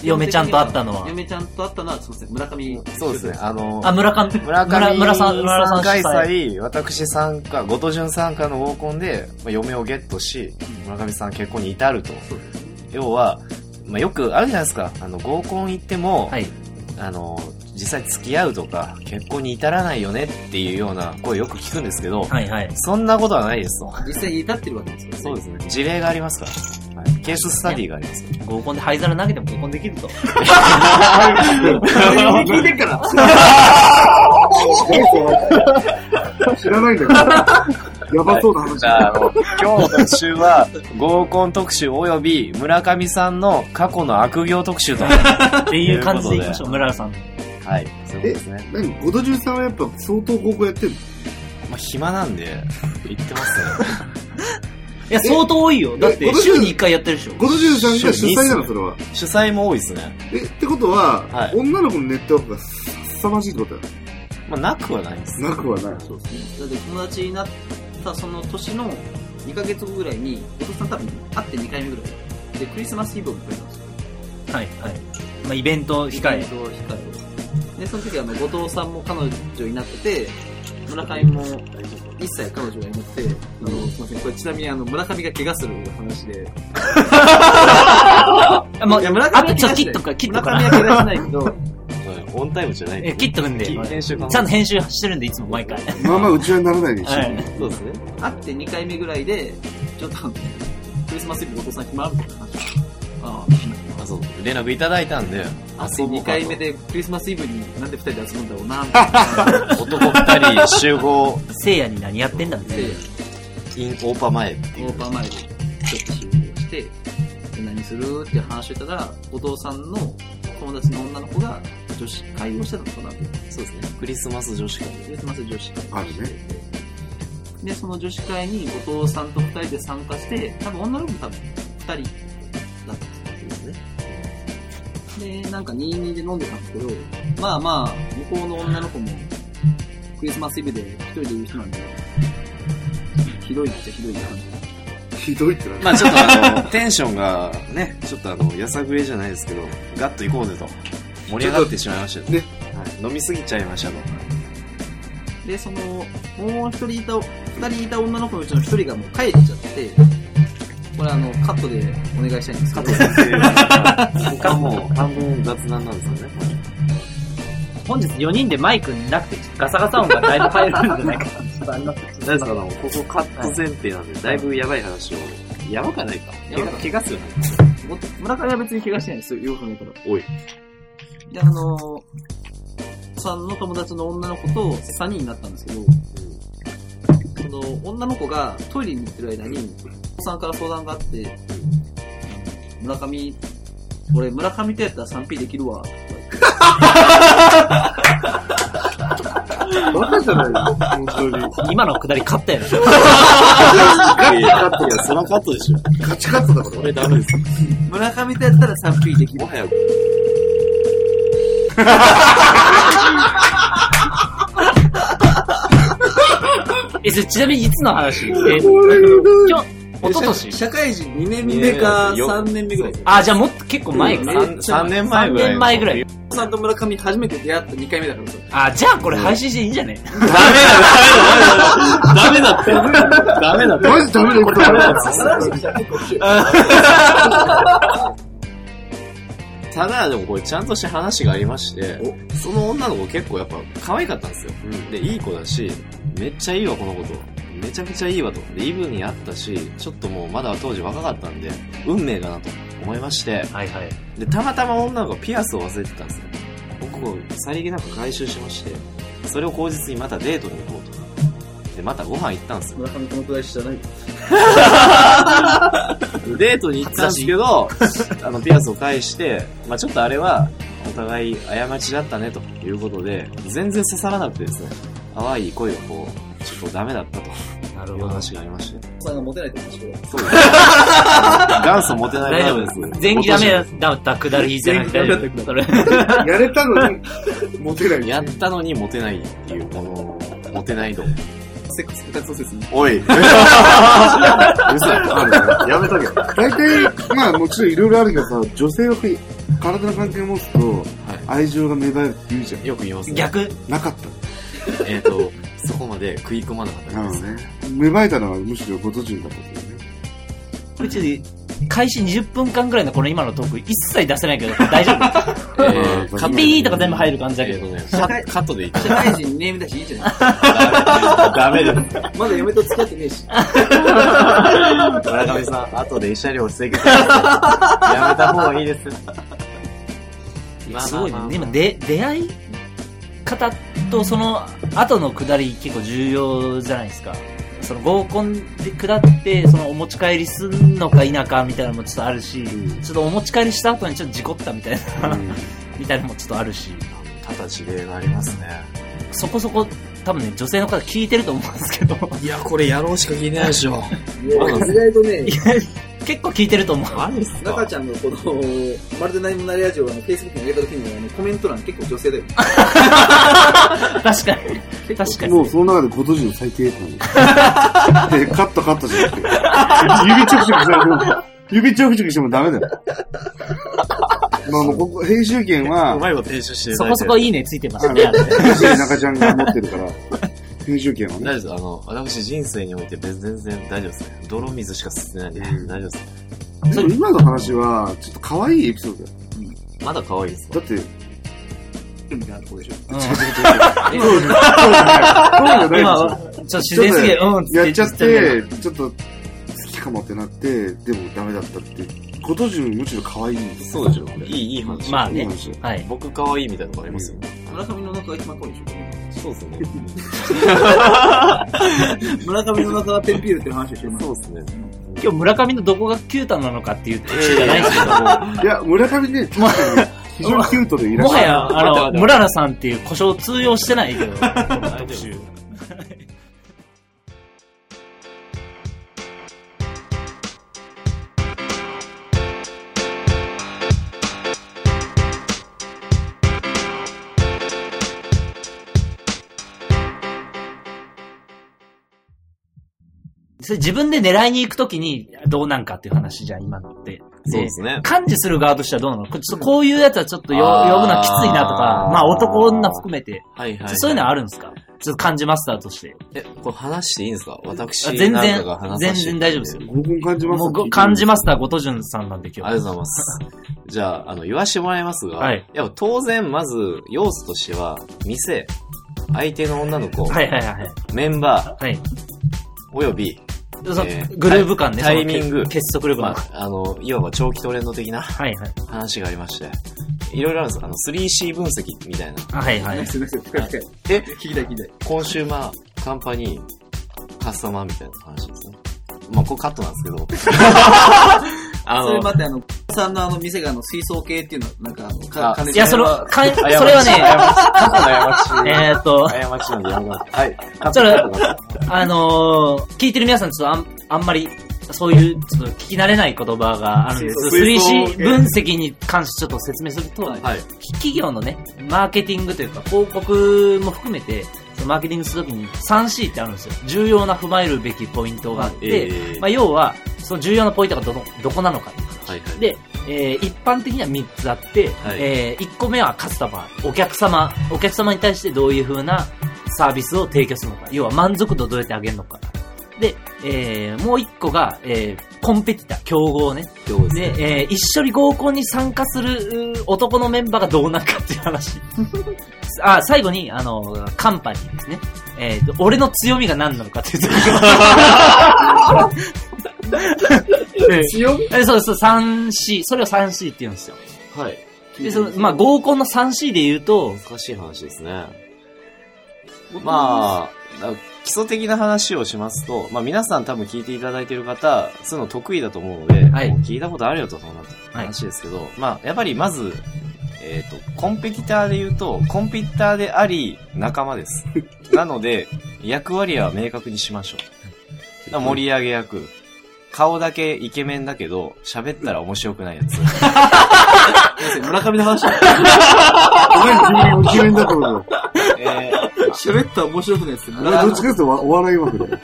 Speaker 2: 嫁ちゃんと会ったのは。
Speaker 5: 嫁ちゃんと会ったのは、すいません、村上。
Speaker 1: そうですね。あの、
Speaker 2: あ、村上。
Speaker 1: 村
Speaker 2: 村
Speaker 1: 上
Speaker 2: 村さん、村さん主
Speaker 1: 開
Speaker 2: 催。
Speaker 1: 催、私参加、後藤潤参加の合コンで、まあ、嫁をゲットし、村上さん結婚に至ると。要は、まあ、よくあるじゃないですか。あの、合コン行っても、
Speaker 2: はい。
Speaker 1: あの、実際付き合うとか、結婚に至らないよねっていうような声よく聞くんですけど、
Speaker 2: はいはい。
Speaker 1: そんなことはないですと。
Speaker 5: 実際に至ってるわけですよね。
Speaker 1: そうですね。事例がありますから。はい、ケーススタディがありますか
Speaker 2: 合コンで灰皿投げても合コンできる と。
Speaker 5: 聞いてるから
Speaker 3: 知らないんだから。やばそうな話。
Speaker 1: ら。あの今日の特集 は、合コン特集及び村上さんの過去の悪行特集と。は
Speaker 2: っていう感じでいきましょう、
Speaker 1: ということで
Speaker 2: 村田さん。
Speaker 1: い。そういうことですね。
Speaker 3: 何後藤潤さんはやっぱ相当高校やってんの
Speaker 1: まあ、暇なんで、行ってますね。
Speaker 2: いや、相当多いよ。だって
Speaker 3: え、
Speaker 2: 週に1回やってるでしょ。
Speaker 3: 後藤潤さんが主
Speaker 1: 主
Speaker 3: 催な
Speaker 1: 催っすね
Speaker 3: のそれは。
Speaker 1: 主催も多いですね。
Speaker 3: え、ってことは、
Speaker 1: はい
Speaker 3: 女の子のネットワークが凄まじいってことだよ。
Speaker 1: まあ、なくはないです。
Speaker 3: なくはない。
Speaker 5: そうですね。だって友達になったその年の2ヶ月後ぐらいに、お父さん多分会って2回目ぐらい。で、クリスマスイブを迎えたんですよ。
Speaker 2: はい、はい。まあ、イベント控
Speaker 5: イベ
Speaker 2: え
Speaker 5: ン。トを控えで、その時あの、後藤さんも彼女いなくて、村上も、一切彼女がいなくて、あの、すいません、これちなみにあの、村上が怪我する話で、
Speaker 2: あ、もう、
Speaker 5: いや村上
Speaker 2: あとちょ、
Speaker 5: は
Speaker 2: 切っとくから、切っと
Speaker 5: 村
Speaker 2: くか
Speaker 5: 上
Speaker 2: ら
Speaker 5: は。怪我しないけど、
Speaker 1: オンタイムじゃない
Speaker 2: え、切っとくんで。
Speaker 1: 切
Speaker 2: ち
Speaker 1: 編集か
Speaker 2: ゃんと編集してるんで、いつも毎回。
Speaker 3: まあまあ、うちはならないでしょ。
Speaker 2: はい。
Speaker 1: そうですね。
Speaker 5: 会って2回目ぐらいで、ちょっとあの、クリスマスイブお父さん暇みたいな話をあ
Speaker 1: あ、そう、連絡いただいたんで、
Speaker 5: あ、あ
Speaker 1: 遊ぼう
Speaker 5: 2
Speaker 1: かと
Speaker 5: 回目でクリスマスイブになんで2人で集むんだろうな、みたいな。
Speaker 1: 男二人集合、
Speaker 2: 聖夜に何やってんだみたいな。
Speaker 5: で、
Speaker 1: インオーパー前ってい
Speaker 5: オ
Speaker 1: う
Speaker 5: ー。バー前でちょっと集合して、で何するって話をしたら、お父さんの友達の女の子が女子会をしてたのかなって。
Speaker 1: そうですね。クリスマス女子会。
Speaker 5: クリスマス女子会
Speaker 3: あるね。
Speaker 5: でその女子会にお父さんと2人で参加して多分女の子も多分2人だったんですよねでなんか22で飲んでたんですけどまあまあ向こうの女の子もクリスマスイブで1人でいる人なんでひどいっちゃひどい感じ
Speaker 3: ひどいってなる。
Speaker 1: まあちょっとあの、テンションがね、ちょっとあの、やさぐれじゃないですけど、ガッと行こうぜと。盛り上がってしまいましたと
Speaker 3: ね
Speaker 1: はい。飲みすぎちゃいましたと。
Speaker 5: で、その、もう一人いた、二人いた女の子のうちの一人がもう帰っちゃって、これあの、カットでお願いしたいんです
Speaker 1: 加
Speaker 5: け ど
Speaker 1: 藤、先生他も、半分雑談なんですよね。
Speaker 2: 本日4人でマイクなくて、ガサガサ音がだいぶ入るんじゃないかな。ちょっとありま
Speaker 1: 大
Speaker 2: す
Speaker 1: ですかあの、ここカット前提なんで、だいぶやばい話を。やばかないか。
Speaker 5: やばか
Speaker 1: 怪我する話。
Speaker 5: も村上は別に怪我してないんですよ、よく考えたら。
Speaker 1: おい。
Speaker 5: で、あのー、さんの友達の女の子と3人になったんですけど、その女の子がトイレに行ってる間に、おさんから相談があって、あの村上、俺村上とやったら 3P できるわ、とか言って
Speaker 3: バカじゃないよ、本当 に。
Speaker 2: 今のくだり勝ったよね。
Speaker 1: いや、カット、いや、そらカットでしょ。
Speaker 3: ガチカットだから。
Speaker 1: れダメです。
Speaker 5: 村上とやったら 3P できる
Speaker 1: もはや、
Speaker 2: え、それちなみにいつの話え、今日、おととし
Speaker 5: 社会人2年目か3年目ぐらいです。
Speaker 2: あ、じゃあもっと結構前かな。
Speaker 1: 3, 年前ぐらい。
Speaker 2: 3年前ぐらい。。
Speaker 5: おさんと村上初めて出会った2回目だからさ。
Speaker 2: あ、じゃあこれ配信していいんじゃね
Speaker 1: ダメだ、ダメだ、ダメだって。ダメだって。
Speaker 3: マジダメだよ、これ。
Speaker 1: ただ、でもこれちゃんとした話がありまして、その女の子結構やっぱ可愛かったんですよ。で、いい子だし、めっちゃいいわ、この子と。めちゃくちゃいいわと。で、イブに会ったし、ちょっともうまだ当時若かったんで、運命だなと思いまして、
Speaker 2: はいはい。
Speaker 1: で、たまたま女の子がピアスを忘れてたんですよ。僕をさりげなく回収しまして、それを口実にまたデートに行こうと。で、またご飯行ったんですよ。
Speaker 5: 村上このくらいじゃない。
Speaker 1: デートに行ったんですけど、あの、ピアスを返して、まあちょっとあれは、お互い過ちだったね、ということで、全然刺さらなくてですね、淡い恋がこう、ちょっとダメだったと
Speaker 2: なる
Speaker 1: いう
Speaker 2: ほど。
Speaker 1: 話がありまして。
Speaker 5: おさんがモテないと思うんです
Speaker 1: そうです。元祖モテない
Speaker 2: 大
Speaker 1: ラ
Speaker 2: 丈
Speaker 1: ブ
Speaker 2: 夫
Speaker 1: です。
Speaker 2: です。前期ダメだったくだりじゃなくて大丈
Speaker 5: 前期ダメだった
Speaker 2: 夫。
Speaker 5: く
Speaker 2: それ。
Speaker 3: やれたのに、モテない。
Speaker 1: やったのにモテないっていう、この、モテない度。
Speaker 5: セックス下手そうですね。
Speaker 1: おい。嘘や。やめとけ。は
Speaker 3: 大体、まあもちろんいろいろあるけどさ、女性はこう体の関係を持つと、愛情が芽生えるって言うじゃん。
Speaker 1: い。よく言います、ね。
Speaker 2: 逆、
Speaker 3: なかっ。
Speaker 1: えっ、と、そこまで食い込まなかったた
Speaker 3: な
Speaker 1: です。
Speaker 3: のね。芽生えたのはむしろごと人だったんだよね。
Speaker 2: これちょっと、開始20分間ぐらいのこの今のトーク一切出せないけど、大丈夫
Speaker 1: えー、
Speaker 3: ー
Speaker 1: カッ
Speaker 3: カット
Speaker 1: ト、
Speaker 2: ピーとか全部入る感じだけど。
Speaker 1: カットでいい。
Speaker 5: 社 会人2年目だしいいじゃない。
Speaker 1: ダメだ。
Speaker 5: まだ嫁と付き合ってねえし。
Speaker 1: 村上さん、後で慰謝料請求やめた方がいいです。
Speaker 2: すごいね。今、で、出会い方とその後の下り結構重要じゃないですか。その合コンで下って、そのお持ち帰りすんのか否かみたいなのもちょっとあるし、ちょっとお持ち帰りした後にちょっと事故ったみたいな、 みたいなのもちょっとあるし、
Speaker 1: ただ事例がありますね。
Speaker 2: そこそこ多分ね、女性の方聞いてると思うんですけ ど、
Speaker 1: いや、これやろうしか聞いてないでしょ。
Speaker 5: 意外とね
Speaker 2: い、や結構聞いてると思う。
Speaker 1: マジっす
Speaker 5: 中
Speaker 1: か
Speaker 5: ちゃんのこの、まるで何もないラジオをあの Facebook に上げた時にあのコメント欄結構女性だよ。
Speaker 2: 確かに。確か
Speaker 3: もう
Speaker 2: に。
Speaker 3: その中でごと人最低なん だよ。で、カットカットじゃなくて。指ちょくちょくしても、指ちょくちょくしてもダメだよ。まあもうここ、編集権は
Speaker 1: う、まいこと編集していた
Speaker 2: そ
Speaker 1: だい
Speaker 2: こ
Speaker 1: て
Speaker 2: そこいいねついてます
Speaker 3: あの、
Speaker 2: ね。
Speaker 3: 中ちゃんが持ってるから、編集権は
Speaker 1: 大
Speaker 3: ね。
Speaker 1: 丈夫です。あの、私人生において別全然大丈夫ですね。泥水しか吸ってないんで、
Speaker 3: うん
Speaker 1: 大丈夫です。
Speaker 3: でも今の話は、ちょっと可愛いエピソードだよ。
Speaker 1: まだ可愛いです
Speaker 3: だ
Speaker 1: か
Speaker 3: って、違う
Speaker 5: みたいなとこでしょ。
Speaker 2: うん
Speaker 3: 違う違う。そうじゃない。そうじゃ
Speaker 2: 今
Speaker 3: ない
Speaker 2: は、ちょっと自然すぎる。うん
Speaker 3: ですよ。やっちゃっ。て、ちょっと、好きかもってなって、でもダメだったって。ことじゅむしろ可愛いんです
Speaker 1: そうでしょいい、いい話。
Speaker 2: まあ
Speaker 3: いい
Speaker 2: ね。
Speaker 3: 話。
Speaker 2: はい。
Speaker 1: 僕可愛いみたいなとこありますよ。
Speaker 5: 村上の中が一番濃いでしょ。
Speaker 1: そうですね。
Speaker 5: 村上の中がペンピールって話でしょ、今
Speaker 1: そうですね。
Speaker 2: 今日村上のどこがキュータなのかっていう特集じゃないんですけど、
Speaker 3: いや、村上ね、確かに非常にキュートでいらっ
Speaker 2: も
Speaker 3: しゃ
Speaker 2: は
Speaker 3: る。
Speaker 1: 待って
Speaker 2: や、
Speaker 1: 待
Speaker 2: あ
Speaker 1: っ
Speaker 2: の、
Speaker 1: て
Speaker 2: 村野さんっていう故障通用してな いけど、この特集。それ自分で狙いに行くときにどうなんかっていう話じゃん、今のって。
Speaker 1: そうですね。
Speaker 2: 感じする側としてはどうなのこちょっとこういうやつはちょっとよ
Speaker 1: あー
Speaker 2: 呼ぶのはきついなとか、まあ男女含めて、
Speaker 1: はいはい。
Speaker 2: そういうの
Speaker 1: は
Speaker 2: はあるんですかちょっと漢字マスターとして。
Speaker 1: え、これ話していいんですか私
Speaker 2: あ全
Speaker 1: なんか
Speaker 2: 然
Speaker 1: が、話
Speaker 2: 全
Speaker 1: させて
Speaker 2: 然大丈夫ですよ。
Speaker 3: 合コン感じます
Speaker 2: もうご漢字マスター
Speaker 3: 合
Speaker 2: ごとじゅんさんなんで今
Speaker 1: あり
Speaker 2: 日。
Speaker 1: がとうございます。じゃあ、あの、言わしてもらいますが、
Speaker 2: はい
Speaker 1: やっぱ当然、まず、要素としては、店、相手の女の子、
Speaker 2: はいはいはいはい。
Speaker 1: メンバ
Speaker 2: はい。
Speaker 1: ー、および、
Speaker 2: その
Speaker 1: えー
Speaker 2: グルーヴ感ね。
Speaker 1: タイ
Speaker 2: そのけ
Speaker 1: タイミング
Speaker 2: 結束力
Speaker 1: ま
Speaker 2: の。
Speaker 1: あ、あの、いわば長期トレンド的な
Speaker 2: はいはい。
Speaker 1: 話がありまして、いろいろあるんです。あの、3C 分析みたいな。
Speaker 2: あはいはい。
Speaker 5: すいません、深い深い。
Speaker 1: え、
Speaker 5: 聞きたい聞きたい。
Speaker 1: コンシューマー、カンパニー、カスタマーみたいな話ですね。まあ、これカットなん ですけど。あ
Speaker 5: それ
Speaker 1: の、
Speaker 5: 待って、あの、さんのあの店があの、水槽系っていうのは、なんかあの、
Speaker 1: あ
Speaker 5: 金
Speaker 2: いや、その、かんそ
Speaker 1: 過
Speaker 2: れ
Speaker 1: ち
Speaker 2: は
Speaker 1: 過ち
Speaker 2: ね、えーっと、
Speaker 1: 過ち。過ちなんでやめなさい。はい。カッ
Speaker 2: そ
Speaker 1: ト
Speaker 2: れ
Speaker 1: カットカット。
Speaker 2: あのー、聞いてる皆さん、ちょっとあん、あんまり、そういう、ちょっと聞き慣れない言葉があるんですけど、
Speaker 1: 水槽水槽
Speaker 2: 3C 分析に関してちょっと説明すると、
Speaker 1: はい。
Speaker 2: 企業のね、マーケティングというか、広告も含めて、そのマーケティングするときに 3C ってあるんですよ。重要な踏まえるべきポイントがあって、
Speaker 1: えー
Speaker 2: まあ、要は、その重要なポイントがどの、どこなのかっていう話
Speaker 1: はいはい。
Speaker 2: で、えー一般的には3つあって、
Speaker 1: はい
Speaker 2: え1個目はカスタマー、お客様、お客様に対してどういう風なサービスを提供するのか、要は満足度をどうやって上げるのか。で、えーもう1個が、えーコンペティター、競合ね。
Speaker 1: どうです
Speaker 2: で
Speaker 1: ね。、
Speaker 2: えー一緒に合コンに参加するうー男のメンバーがどうなるかっていう 話。あ、最後に、あの、カンパニーですね。えーと俺の強みが何なのかっていうとこ ろえー
Speaker 5: 強み
Speaker 2: えそうそう、3C。それを 3C って言うんですよ。
Speaker 1: はい。
Speaker 2: で、その、まあ、合コンの 3C で言うと、
Speaker 1: 難しい話ですね。まあ、だ基礎的な話をしますと、まあ皆さん多分聞いていただいている方、そういうの得意だと思うので、
Speaker 2: はい
Speaker 1: もう聞いたことあるよと、そんな話ですけど、まあやっぱりまず、えっ、と、コンペティターで言うと、コンペティターであり、仲間です。なので、役割は明確にしましょう。だから盛り上げ役。顔だけイケメンだけど、喋ったら面白くないやつ。
Speaker 5: 村上の話だ。
Speaker 3: お前、君、イケメンだと思うよ。
Speaker 1: えー
Speaker 5: 喋ったら面白くないですよ。
Speaker 3: 俺、どっちかというとわお笑い枠だよ。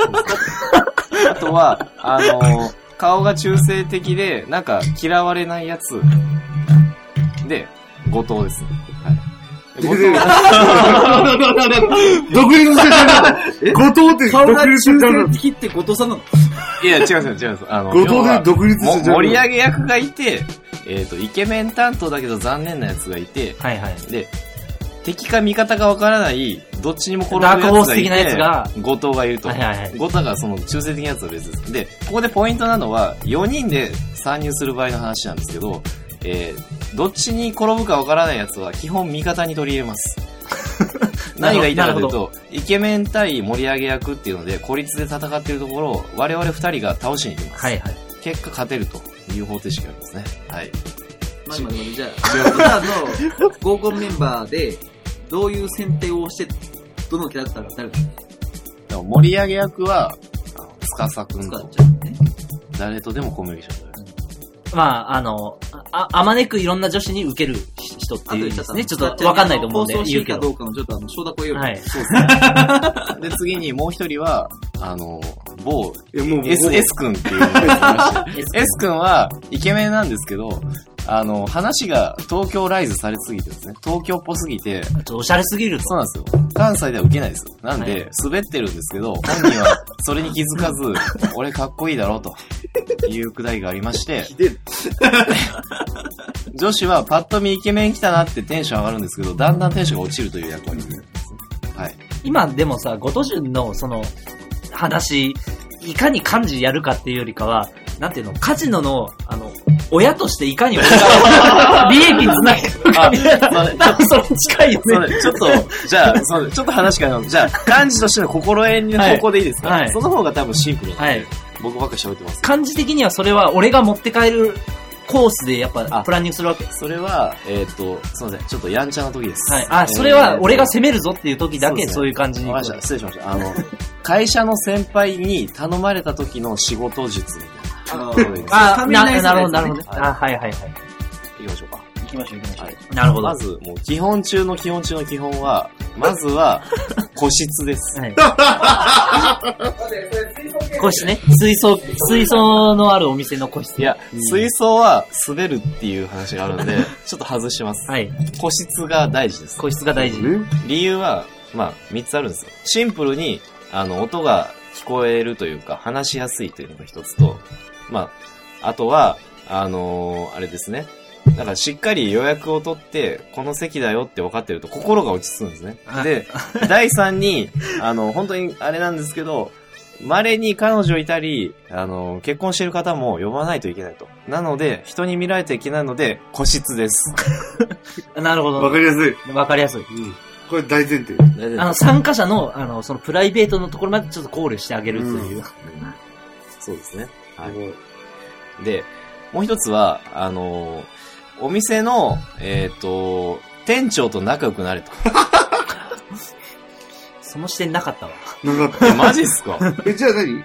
Speaker 1: あとは、あの顔が中性的で、なんか嫌われないやつ。で、後藤です。はい。後藤
Speaker 3: 独立してちゃう後藤って
Speaker 5: 顔が
Speaker 3: 独
Speaker 5: 中
Speaker 3: 立してちゃう
Speaker 5: 性的って後藤さんなの。
Speaker 1: いや、違うんですよ、違うんです。あの、
Speaker 3: 後藤
Speaker 1: 要
Speaker 3: で
Speaker 1: は
Speaker 3: 独立して
Speaker 1: も
Speaker 3: ちゃう
Speaker 1: 盛り上げ役がいて、えっ、と、イケメン担当だけど残念なやつがいて、
Speaker 2: はいはい。
Speaker 1: で、敵か味方かわからない、どっちにも転ぶ
Speaker 2: ダークホー
Speaker 1: やつ
Speaker 2: ス
Speaker 1: がい
Speaker 2: 的
Speaker 1: て、
Speaker 2: なやつが
Speaker 1: 後藤がいると。
Speaker 2: はいはいはい。
Speaker 1: ゴタがその中性的なやつは別です。で、ここでポイントなのは、4人で参入する場合の話なんですけど、えー、どっちに転ぶかわからないやつは基本味方に取り入れ ます。何が言いたいかという
Speaker 2: な
Speaker 1: と、イケメン対盛り上げ役っていうので、孤立で戦っているところを我々2人が倒しに行きます。
Speaker 2: はいはい。
Speaker 1: 結果勝てるという方程式がありますね。はい。
Speaker 5: まずまずまず、じゃあ、普段の合コンメンバーで、どういう選定をして、どのキャラクターが誰か
Speaker 1: でも盛り上げ役は、あの司くん
Speaker 5: 使っ
Speaker 1: と
Speaker 5: ちゃうね。
Speaker 1: 誰とでもコミュニケーション取れる。
Speaker 2: まあ、あの、あ、あまねくいろんな女子に受ける人って
Speaker 5: あと
Speaker 2: い
Speaker 5: 言
Speaker 2: う
Speaker 5: っ
Speaker 2: ん
Speaker 5: ちゃ
Speaker 2: で
Speaker 5: っ
Speaker 2: す
Speaker 5: た
Speaker 2: ね。ちょっとわかんないと思うんで
Speaker 5: 放送し
Speaker 2: 言う
Speaker 5: て
Speaker 2: け
Speaker 5: かど
Speaker 2: ど。
Speaker 5: うかのちょっとあの、承諾を言う。
Speaker 2: はい。
Speaker 1: で、次にもう一人は、あの、某
Speaker 3: いや、もう、
Speaker 1: S、
Speaker 3: もう
Speaker 1: S 君っていうのがいまして S 君はイケメンなんですけど、あの、話が東京ライズされすぎてですね、東京っぽすぎて、
Speaker 2: ちょっとおしゃれすぎる
Speaker 1: そうなんですよ。関西では受けないですよ。なん
Speaker 2: は
Speaker 1: で、滑ってるんですけど、本人はそれに気づかず、俺かっこいいだろうと、いうくだりがありまして、女子はパッと見イケメン来たなってテンション上がるんですけど、だんだんテンションが落ちるという役割になるんですね。はい。
Speaker 2: 今でもさ、ごとじゅんのその話、いかに漢字やるかっていうよりかは、なんていうの、カジノの、あの、親としていかに俺 が利益につなげるかみたい
Speaker 1: あ
Speaker 2: な、
Speaker 1: そう
Speaker 2: 多分 それに近いよ
Speaker 1: そ
Speaker 2: ね。
Speaker 1: れちょっ と、じゃあ、そのちょっと話変えます。じゃあ、漢字としての心得の方向でいいですか、
Speaker 2: はいはい
Speaker 1: その方が多分シンプルなんで、
Speaker 2: はい
Speaker 1: 僕ばっかり喋ってます。
Speaker 2: 漢字的にはそれは俺が持って帰るコースでやっぱ
Speaker 1: あ
Speaker 2: プランニングするわけ。
Speaker 1: それは、えっ、と、すいません、ちょっとやんちゃな時です。
Speaker 2: はい。あ、それは俺が攻
Speaker 1: め
Speaker 2: めるぞっていう時だ
Speaker 1: そ
Speaker 2: けそう
Speaker 1: ですね
Speaker 2: ういう感じに
Speaker 1: わかりました、失礼しました。あの、会社の先輩に頼まれた時の仕事術みたいな。そういうの
Speaker 2: あ、
Speaker 5: 雷
Speaker 2: な
Speaker 5: さん
Speaker 2: なるほど、
Speaker 5: の
Speaker 2: な
Speaker 5: やつね
Speaker 2: るほどね。あ、はいはいはい。
Speaker 1: 行きましょうか。
Speaker 5: 行きましょう行きましょう。
Speaker 1: はい。
Speaker 2: なるほど。
Speaker 1: まず、もう基本中の基本中の基本は、まずは、個室です。
Speaker 2: はい。個室ね。水槽、水槽のあるお店の個室。
Speaker 1: いや、水槽は滑るっていう話があるんで、ちょっと外します。
Speaker 2: はい。
Speaker 1: 個室が大事です。
Speaker 2: 個室が大事。
Speaker 3: ね。
Speaker 1: 理由は、まあ、三つあるんですよ。シンプルに、あの、音が聞こえるというか、話しやすいというのが一つと、まあ、あとは、あのーあれですね。だから、しっかり予約を取って、この席だよって分かってると、心が落ち着くんですね。で、第三に、あの、本当にあれなんですけど、稀に彼女いたり、あの、結婚してる方も呼ばないといけないと。なので、人に見られてはいけないので、個室です。
Speaker 2: なるほ
Speaker 3: わ
Speaker 2: ど
Speaker 3: か。りやすい。
Speaker 2: わかりやすい。
Speaker 3: うん。これ大前提。
Speaker 1: 大丈夫
Speaker 2: あの、参加者の、あの、そのプライベートのところまでちょっと考慮してあげるという。
Speaker 3: うん
Speaker 1: そうですね。は
Speaker 3: すごい
Speaker 1: で、もう一つは、あのーお店の、えっ、と、店長と仲良くなれと。
Speaker 2: その視点なかったわ。
Speaker 3: なんか、
Speaker 1: えマジっすか
Speaker 3: え、じゃあ何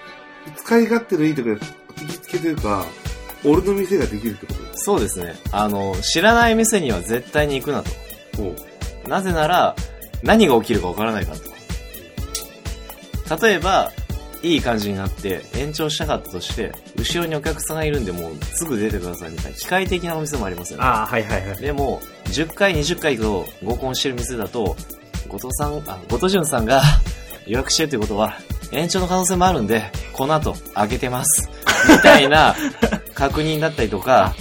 Speaker 3: 使い勝手のいいとこで、行きつけというか、俺の店ができるってこ
Speaker 1: そうですね。あのー知らない店には絶対に行くなと。なぜなら、何が起きるかわからないからと。例えば、いい感じになって延長したかったとして、後ろにお客さんがいるんでもうすぐ出てくださいみたいな、機械的なお店もありますよね。
Speaker 2: ああ、はいはいはい。
Speaker 1: でも、10回、20回と合コンしてる店だと、後藤さん、あ、後藤潤さんが 予約してるということは、延長の可能性もあるんで、この後、開けてます。みたいな 確認だったりとか、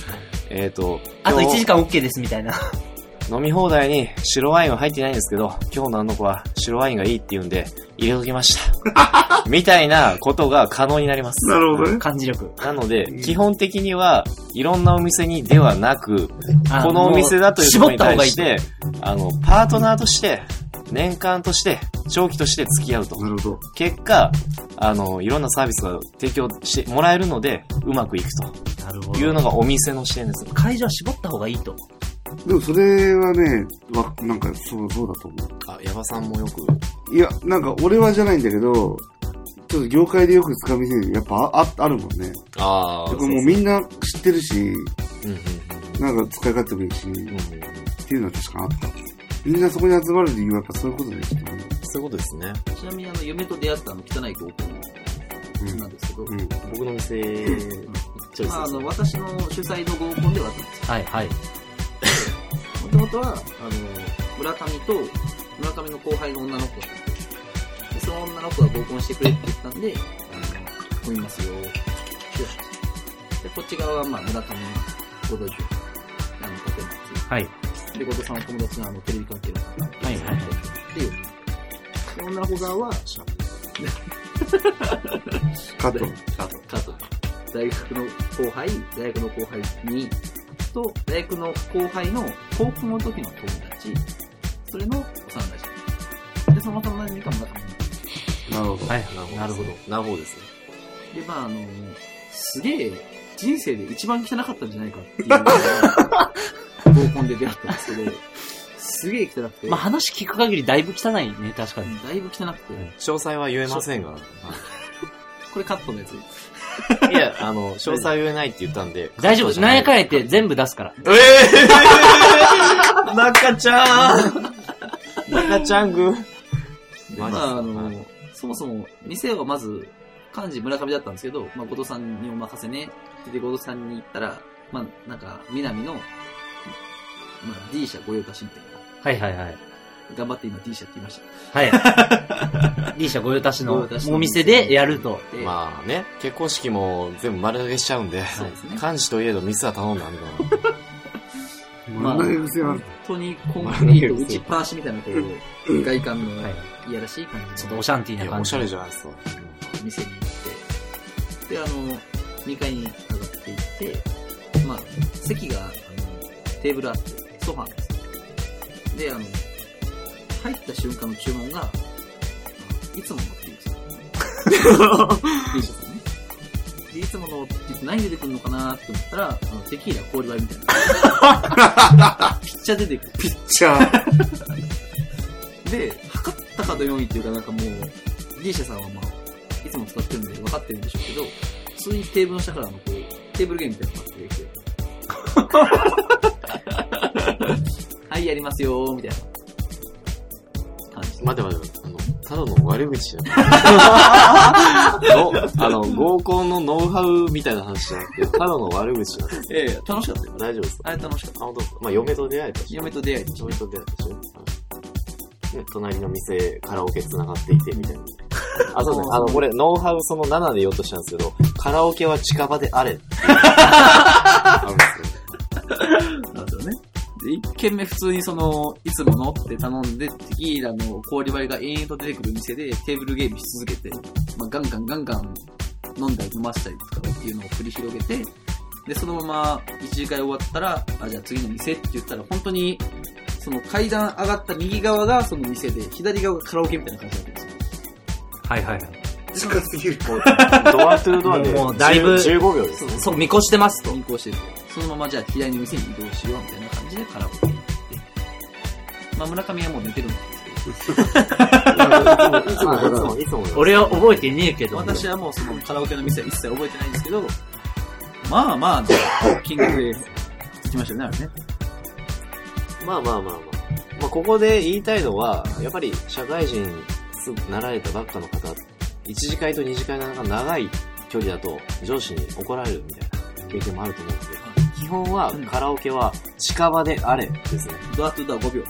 Speaker 1: えっ、と、
Speaker 2: あと1
Speaker 1: 今日
Speaker 2: 時間 OK ですみたいな。
Speaker 1: 飲み放題に白ワインは入ってないんですけど、今日のあの子は白ワインがいいって言うんで、入れときま した。みたいなことが可能になります
Speaker 3: と。。なるほどね。
Speaker 2: 感じ力。
Speaker 1: なので、基本的には、いろんなお店にではなく、
Speaker 2: あ
Speaker 1: このお店だということ
Speaker 2: も
Speaker 1: に
Speaker 2: 絞った方
Speaker 1: 対
Speaker 2: がいい
Speaker 1: し。て、あの、パートナーとして、年間として、長期として付き合うと
Speaker 3: な。るほど。
Speaker 1: 結果、あの、いろんなサービスが提供してもらえるので、うまくいく
Speaker 2: なるほ
Speaker 1: という
Speaker 2: ど。
Speaker 1: のがお店の視点です。
Speaker 2: 会場は絞った方がいいと。
Speaker 3: でもそれはね、わ、なんか、そう、そうだと思
Speaker 1: あ、矢場さんもよく。
Speaker 3: う。いや、なんか俺はじゃないんだけど、ちょっと業界でよく使う店、やっぱあ、ああるもんね。
Speaker 1: ああ、
Speaker 3: これもうみんな知ってるし、
Speaker 1: うんうん
Speaker 3: なんか使い勝手もいいし、
Speaker 1: うんうんうん
Speaker 3: っていうのは確かあった。みんなそこに集まる理由はやっぱそういうことできてる。
Speaker 1: そういうことですね。
Speaker 5: ちなみにあの、嫁と出会ったあの汚い合コンなんですけど、
Speaker 3: うん。うん。
Speaker 1: 僕の店、チ
Speaker 5: まあ、あの私の主催の合コンではあったんです
Speaker 2: はいはい。
Speaker 5: よ。もともとは、あの、村上と、村上の後輩の女の子で、その女の子が合コンしてくれって言ったんで、あの、飲みますよ。で、こっち側は、まあ、村上、ご同士、あの、立松。
Speaker 2: はい。
Speaker 5: で、後藤さんの友達のあの、テレビ関係の方。
Speaker 2: はいはいはい。
Speaker 5: っていう。で女の子側は、シャープ
Speaker 3: カット。
Speaker 5: カート。カート。大学の後輩、大学の後輩に、と、大学の後輩の高校の時の友達、それの幼馴染。で、その友達が村上。
Speaker 3: なるほど。
Speaker 2: はい。
Speaker 1: なるほど。なるほどですね。
Speaker 5: で、まああの、すげえ、人生で一番汚かったんじゃないかっていうのが、合コンで出会ったんですけど、すげえ汚くて、
Speaker 2: まあ話聞く限りだいぶ汚いね、確かに。
Speaker 5: だいぶ汚くて、
Speaker 1: 詳細は言えませんが。
Speaker 5: これカットのやつ。
Speaker 1: いや、あの、詳細は言えないって言ったんで。
Speaker 2: 大丈夫。なんやかんや言って全部出すから。
Speaker 1: ええー、中ちゃん中ちゃんぐ。
Speaker 5: ま
Speaker 1: マジっす
Speaker 5: あ、あ
Speaker 1: は
Speaker 5: の
Speaker 1: い、
Speaker 5: そもそも、店はまず、漢字村上だったんですけど、まあ、後藤さんにお任せね。で、後藤さんに行ったら、まあ、なんか、南の、まあ、D 社御用達みたい
Speaker 2: はいはいはい。
Speaker 5: な。頑張って今 D 社って言いまし
Speaker 2: はい。D 社御用達
Speaker 5: 御
Speaker 2: の
Speaker 5: 用達の
Speaker 2: お店でやると。
Speaker 5: た。で
Speaker 1: まあね、結婚式も全部丸投げしちゃうんで、
Speaker 5: そうですね
Speaker 1: 幹事といえどミスは頼んだみたいな。
Speaker 5: まあ
Speaker 3: 丸投げ癖はある。
Speaker 5: 本当にコンクリート打ちっぱなしみたいな、こう、外観の
Speaker 2: はい。
Speaker 5: いやらしい感
Speaker 2: ち
Speaker 5: じ
Speaker 2: ょ
Speaker 5: の
Speaker 2: っとおシャンティ
Speaker 1: い
Speaker 2: ーな
Speaker 1: や、
Speaker 2: 感
Speaker 1: お
Speaker 2: じ。
Speaker 1: しゃれじゃないですか。
Speaker 5: 店に行って、で、あの、2階に上がっていって、まあ、席が、あの、テーブルあって、ソファーです。で、あの、入った瞬間の注文が、いつものっていうんですよ。いいですね。で、いつものって言って何出てくるのかなって思ったら、あの、テキーラ氷割りみたいな。ピッチャー出てくる。
Speaker 3: ピッチャー。
Speaker 5: で、測ったかのようにっていうか、なんかもう、ギリシャさんはまあ、いつも使ってるんで分かってるんでしょうけど、普通にテーブルの下からあのこう、テーブルゲームみたいなのが出てきて、はい、やりますよー、みたいな感じで。
Speaker 1: 待て待て待て、あの、ただの悪口 じゃない。のあの、合コンのノウハウみたいな話じゃなくて、ただの悪口なんです。
Speaker 5: ええ楽しかったよ。
Speaker 1: 大丈夫です
Speaker 5: あ
Speaker 1: か
Speaker 5: れ楽しかっ
Speaker 1: あ、本当まあ、嫁と出会えた
Speaker 5: た。
Speaker 1: し。
Speaker 5: 嫁と出会いでしょ
Speaker 1: 嫁と出会えたし。うんね、隣の店、カラオケ繋がっていて、みたいな。あ、 そうですね。あの、これ、ノウハウその7で言おうとしたんですけど、カラオケは近場であれっていう。あるんですよ
Speaker 5: なるほどね。で、一軒目普通にその、いつものって頼んで、テキーラの氷割りが延々と出てくる店でテーブルゲームし続けて、まあ、ガンガンガンガン飲んだり飲ましたりとかっていうのを繰り広げて、で、そのまま一次会終わったら、あ、じゃあ次の店って言ったら、本当に、その階段上がった右側がその店で、左側がカラオケみたいな感じだったんですよ。
Speaker 2: はいはいはい。
Speaker 3: 近すぎる。
Speaker 1: ドアトゥードアで、
Speaker 2: もうだいぶ
Speaker 1: 10 15秒です ね。
Speaker 2: そう、見越してますと。
Speaker 5: 進行してるそのままじゃあ左の店に移動しようみたいな感じでカラオケに行って。まあ、村上はもう寝てるんですけど、
Speaker 1: いつも、いつも、いつも。
Speaker 2: 俺は覚えてねえけど。
Speaker 5: 私はもうそのカラオケの店は一切覚えてないんですけど、まあまあ、金額で行きましたよね、あれね。
Speaker 1: まあまあまあまあ。まあ、ここで言いたいのは、やっぱり社会人すぐなられたばっかの方、一次会と二次会の中長い距離だと上司に怒られるみたいな経験もあると思うんで、基本はカラオケは近場であれですね。
Speaker 5: ドアトゥドア5秒。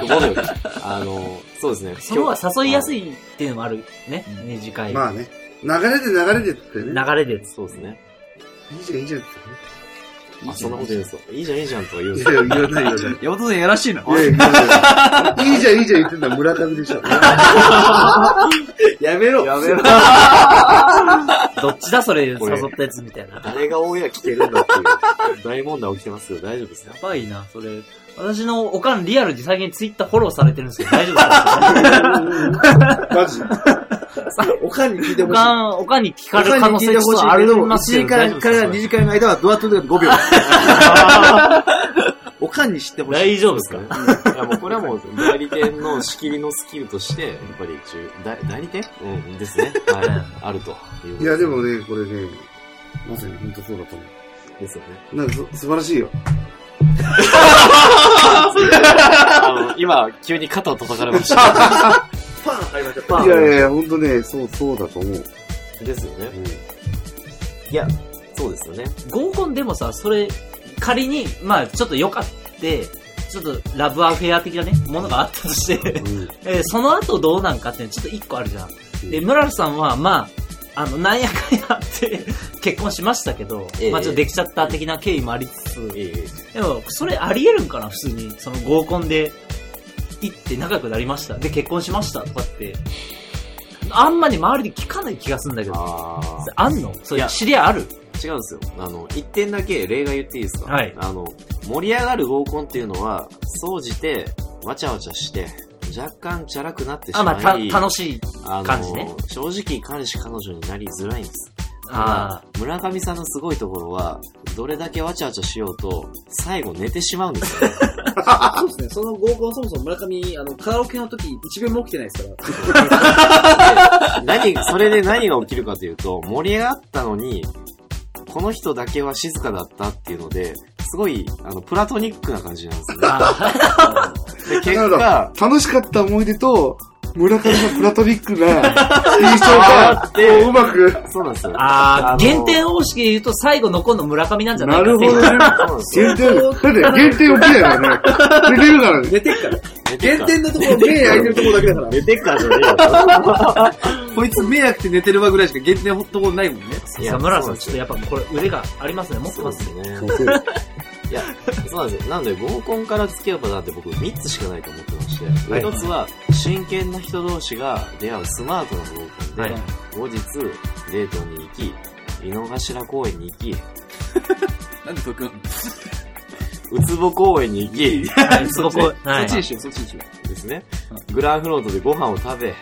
Speaker 1: 5秒あの、そうですね。
Speaker 2: そこは誘いやす
Speaker 1: い。
Speaker 2: いっていうのもあるね。二次会。
Speaker 3: まあね。流れで流れでってね。
Speaker 2: 流れで。
Speaker 1: そうですね。
Speaker 3: いいじゃん、いいじゃんって
Speaker 1: あ、そんなこと言うんですか。いいじゃん、いいじゃんとか言うんです
Speaker 3: ね。い
Speaker 1: よ。
Speaker 3: や、言わない、言わ ない。
Speaker 5: 山本さんやらしいな。
Speaker 3: いやいやいいじゃん、いいじゃん言ってんだ村上でしょ。
Speaker 5: やめろ。やめろ。
Speaker 2: どっちだそれ誘っ
Speaker 1: これ
Speaker 2: たやつみたいな。
Speaker 1: 誰がオンエア聞けるんだっていう大問題起きてますけど大丈夫ですか
Speaker 2: やばいな、それ。私のおかんリアルに最近ツイッターフォローされてるんですけど、大丈夫ですか
Speaker 3: マジ
Speaker 5: おかんに聞いて
Speaker 2: おかん、おかんに聞かれる可能性ちょっとあると思いますけど、大丈夫ですか
Speaker 3: 次会の間はドアとドアで5秒。
Speaker 5: おかんに知ってほしい。
Speaker 2: 大丈夫ですか
Speaker 1: いやもうこれはもう代理店の仕切りのスキルとして、やっぱり中、代代理店うん、ですね。はい。あるということす
Speaker 3: いや、でもね、これね、まさに本当そうだと思
Speaker 1: ですよね。
Speaker 3: う。なんかそ素晴らしいよ。
Speaker 1: あの、今、急に肩を叩かれました。
Speaker 5: パン入りました、
Speaker 3: いやいやいや、本当ね、そう、そうだと思う。
Speaker 1: ですよね。いや、そうですよね。
Speaker 2: 合コンでもさ、それ、仮に、まあちょっと良かって、ちょっとラブアフェア的なね、ものがあったとして、
Speaker 3: うん。
Speaker 2: えーその後どうなんかっていうのちょっと一個あるじゃん。で、村瀬さんは、まああの、なんやかんやあって、結婚しましたけど、
Speaker 1: ええ
Speaker 2: まあちょっとできちゃった的な経緯もありつつ、
Speaker 1: いえいえ
Speaker 2: でも、それあり得るんかな普通に。その合コンで、行って仲良くなりました。で、結婚しました。とかって。あんまり周りで聞かない気がするんだけど。
Speaker 1: あー
Speaker 2: あんのそう
Speaker 1: い
Speaker 2: い
Speaker 1: や
Speaker 2: う知り合いある
Speaker 1: 違うんですよ。あの、一点だけ例外言っていいですか
Speaker 2: はい
Speaker 1: あの、盛り上がる合コンっていうのは、総じて、わちゃわちゃして、若干チャラくなってし
Speaker 2: あ、ま
Speaker 1: ま
Speaker 2: あ、
Speaker 1: い、
Speaker 2: た、楽しい。
Speaker 1: あの
Speaker 2: 感じね
Speaker 1: 正直彼氏彼女になりづらいんです。
Speaker 2: あ
Speaker 1: ただ村上さんのすごいところは、どれだけわちゃわちゃしようと、最後寝てしまうんですよ ね。
Speaker 5: そうですね。その合コンそもそも村上、あの、カラオケの時、一秒も起きてないですから。
Speaker 1: 何、それで何が起きるかというと、盛り上がったのに、この人だけは静かだったっていうので、すごい、あの、プラトニックな感じなんですよね。
Speaker 2: あー、
Speaker 1: で、結
Speaker 3: なるほ
Speaker 1: 果、
Speaker 3: 楽しかった思い出と、村上のプラトニックな 印象が、こう、うまく。
Speaker 1: そうなんですよ。
Speaker 2: あ
Speaker 1: あの
Speaker 2: ー、減点方式で言うと最後残るの村上なんじゃない
Speaker 3: な
Speaker 2: か
Speaker 3: るほどね。限定、だって限定起きないからね。できるからね。
Speaker 5: 寝てっから。
Speaker 1: 寝てっか
Speaker 5: 原
Speaker 1: ら
Speaker 5: 点のところ、目開いてるところだけだから。
Speaker 1: 寝てっからじゃねえよ。
Speaker 5: こいつ目開けて寝てるわぐらいしか原点のところないもんね。
Speaker 2: いや、村さん、ちょっとやっぱこれ腕がありますね。持って
Speaker 1: そう
Speaker 2: ま
Speaker 1: です
Speaker 2: ね。
Speaker 1: すね。いや、そうなんですよ。なので、合コンから付き合うパターンって僕3つしかないと思ってまして、
Speaker 3: はい
Speaker 1: 1つは、真剣な人同士が出会うスマートな合コンで、
Speaker 2: はい
Speaker 1: 後日、デートに行き、井の頭公園に行き、
Speaker 5: なんでそっか。
Speaker 1: ウツボ公園に行き、
Speaker 2: はい、すごく、は
Speaker 5: そっ
Speaker 2: い
Speaker 5: ち。にしよう、そっちにしよ
Speaker 1: ですね、グランフロントでご飯を食べ、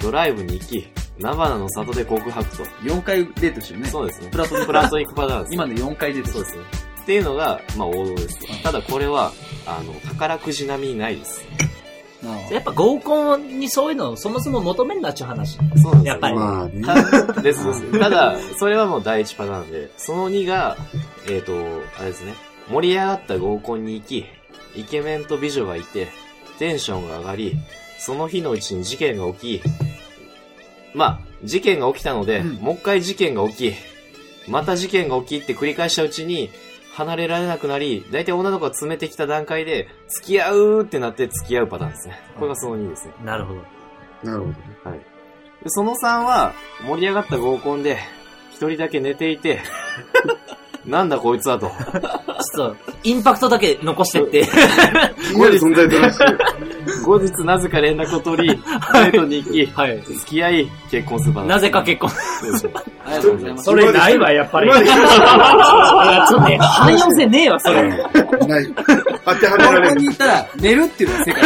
Speaker 1: ドライブに行き、菜花の里で告白と。
Speaker 5: う。4回デートしてるね。
Speaker 1: そうですね
Speaker 5: プ。ラトニッ
Speaker 1: プ
Speaker 5: ク。
Speaker 1: ラトニックパターンです。
Speaker 5: 今の4回デートし
Speaker 1: そ
Speaker 5: て
Speaker 1: う
Speaker 5: る
Speaker 1: ですね。っていうのが、まあ王道です。ただこれは、あの、宝くじ並みにないです。
Speaker 5: なあ
Speaker 2: やっぱ合コンにそういうのをそもそも求めんなっちゅう話。
Speaker 1: そうなんですよ
Speaker 2: やっぱり
Speaker 3: まあね。
Speaker 1: たですです。 ただ、それはもう第一パターンで、その2が、えっ、と、あれですね、盛り上がった合コンに行き、イケメンと美女がいて、テンションが上がり、その日のうちに事件が起き、まあ、事件が起きたので、
Speaker 5: うん
Speaker 1: もう一回事件が起き、また事件が起きって繰り返したうちに、離れられなくなり、大体女の子が詰めてきた段階で、付き合うってなって付き合うパターンですね。これがその2ですね。
Speaker 2: なるほど。
Speaker 3: なるほどね。
Speaker 1: でその3は、盛り上がった合コンで、一人だけ寝ていて、 なんだこいつはと。
Speaker 2: ちょっと、インパクトだけ残してって。
Speaker 3: 気になる存在だらしい。
Speaker 1: 後日なぜか連絡を取り、デートに行き、
Speaker 2: はい。
Speaker 1: 付き合い、結婚する場
Speaker 2: なぜか結婚。
Speaker 5: ありがとうございま す。
Speaker 2: それないわ、やっぱり。いやちょっとね、 汎用性ねえわ、それ。
Speaker 3: ない。 当てはめら
Speaker 5: 合
Speaker 3: れ
Speaker 5: コンに
Speaker 3: る。
Speaker 5: 行ったら、寝るっていうのが世界。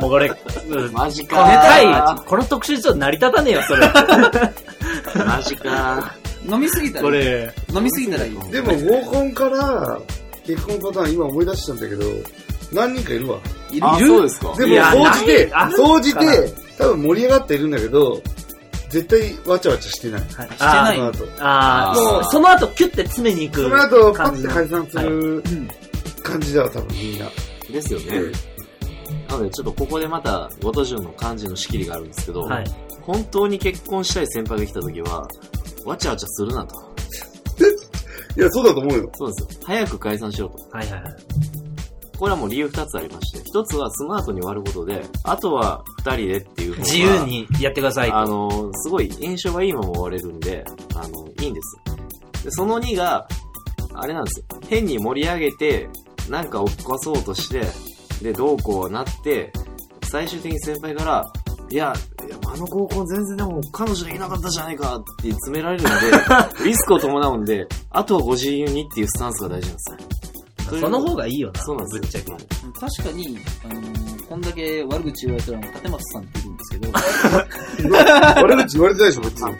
Speaker 2: もうこれ、うん
Speaker 1: マジ
Speaker 2: この回この特集ちょっと成り立たねえよ、それ。
Speaker 1: マジか。
Speaker 5: 飲みすぎ た
Speaker 2: こ
Speaker 5: らいい、
Speaker 2: れ。
Speaker 5: 飲みすぎたらいい。
Speaker 3: でも合コンから結婚パターン今思い出したんだけど、何人かいるわ。
Speaker 5: いる
Speaker 1: あ、
Speaker 5: いる
Speaker 1: そうですか。
Speaker 3: で
Speaker 2: いや
Speaker 3: も、総じて
Speaker 2: ないあ、
Speaker 3: 総じて、多分盛り上がっているんだけど、絶対わちゃわちゃしてない。
Speaker 2: して
Speaker 5: してない
Speaker 3: その後。
Speaker 2: あ
Speaker 1: も
Speaker 2: あ、
Speaker 1: う
Speaker 2: その後キュッて詰めに行く。
Speaker 3: その後、パ
Speaker 2: 感
Speaker 3: ッ
Speaker 2: じ
Speaker 3: て
Speaker 2: の
Speaker 3: 解散する
Speaker 5: うん
Speaker 3: 感じだわ、多分みんな。
Speaker 1: ですよね。なので、ちょっとここでまた、ごとじゅんの漢字の仕切りがあるんですけど、
Speaker 2: はい。
Speaker 1: 本当に結婚したい先輩が来た時は、わちゃわちゃするなと。
Speaker 3: いや、そうだと思うよ。
Speaker 1: そうですよ。早く解散しろと。
Speaker 2: はいはいはい。
Speaker 1: これはもう理由二つありまして、一つはスマートに割ることで、あとは二人でっていう方が
Speaker 2: 自由、にやってください。
Speaker 1: あの、すごい印象がいいまま割れるんで、あの、いいんです。で、その2が、あれなんですよ。変に盛り上げて、なんか起こそうとして、で、どうこうなって、最終的に先輩から、いや、いやあの合コン全然でも彼女いなかったじゃないかって詰められ るんで、リスクを伴うんで、あとはご自由にっていうスタンスが大事なんですよ。という
Speaker 2: その方がいいよな。
Speaker 1: そうなんですよ
Speaker 2: ぶっちゃけ。
Speaker 5: 確かに、あのー、こんだけ悪口言われたら、立松さんっているんですけど、
Speaker 3: 悪口言われてないでしょ、別に。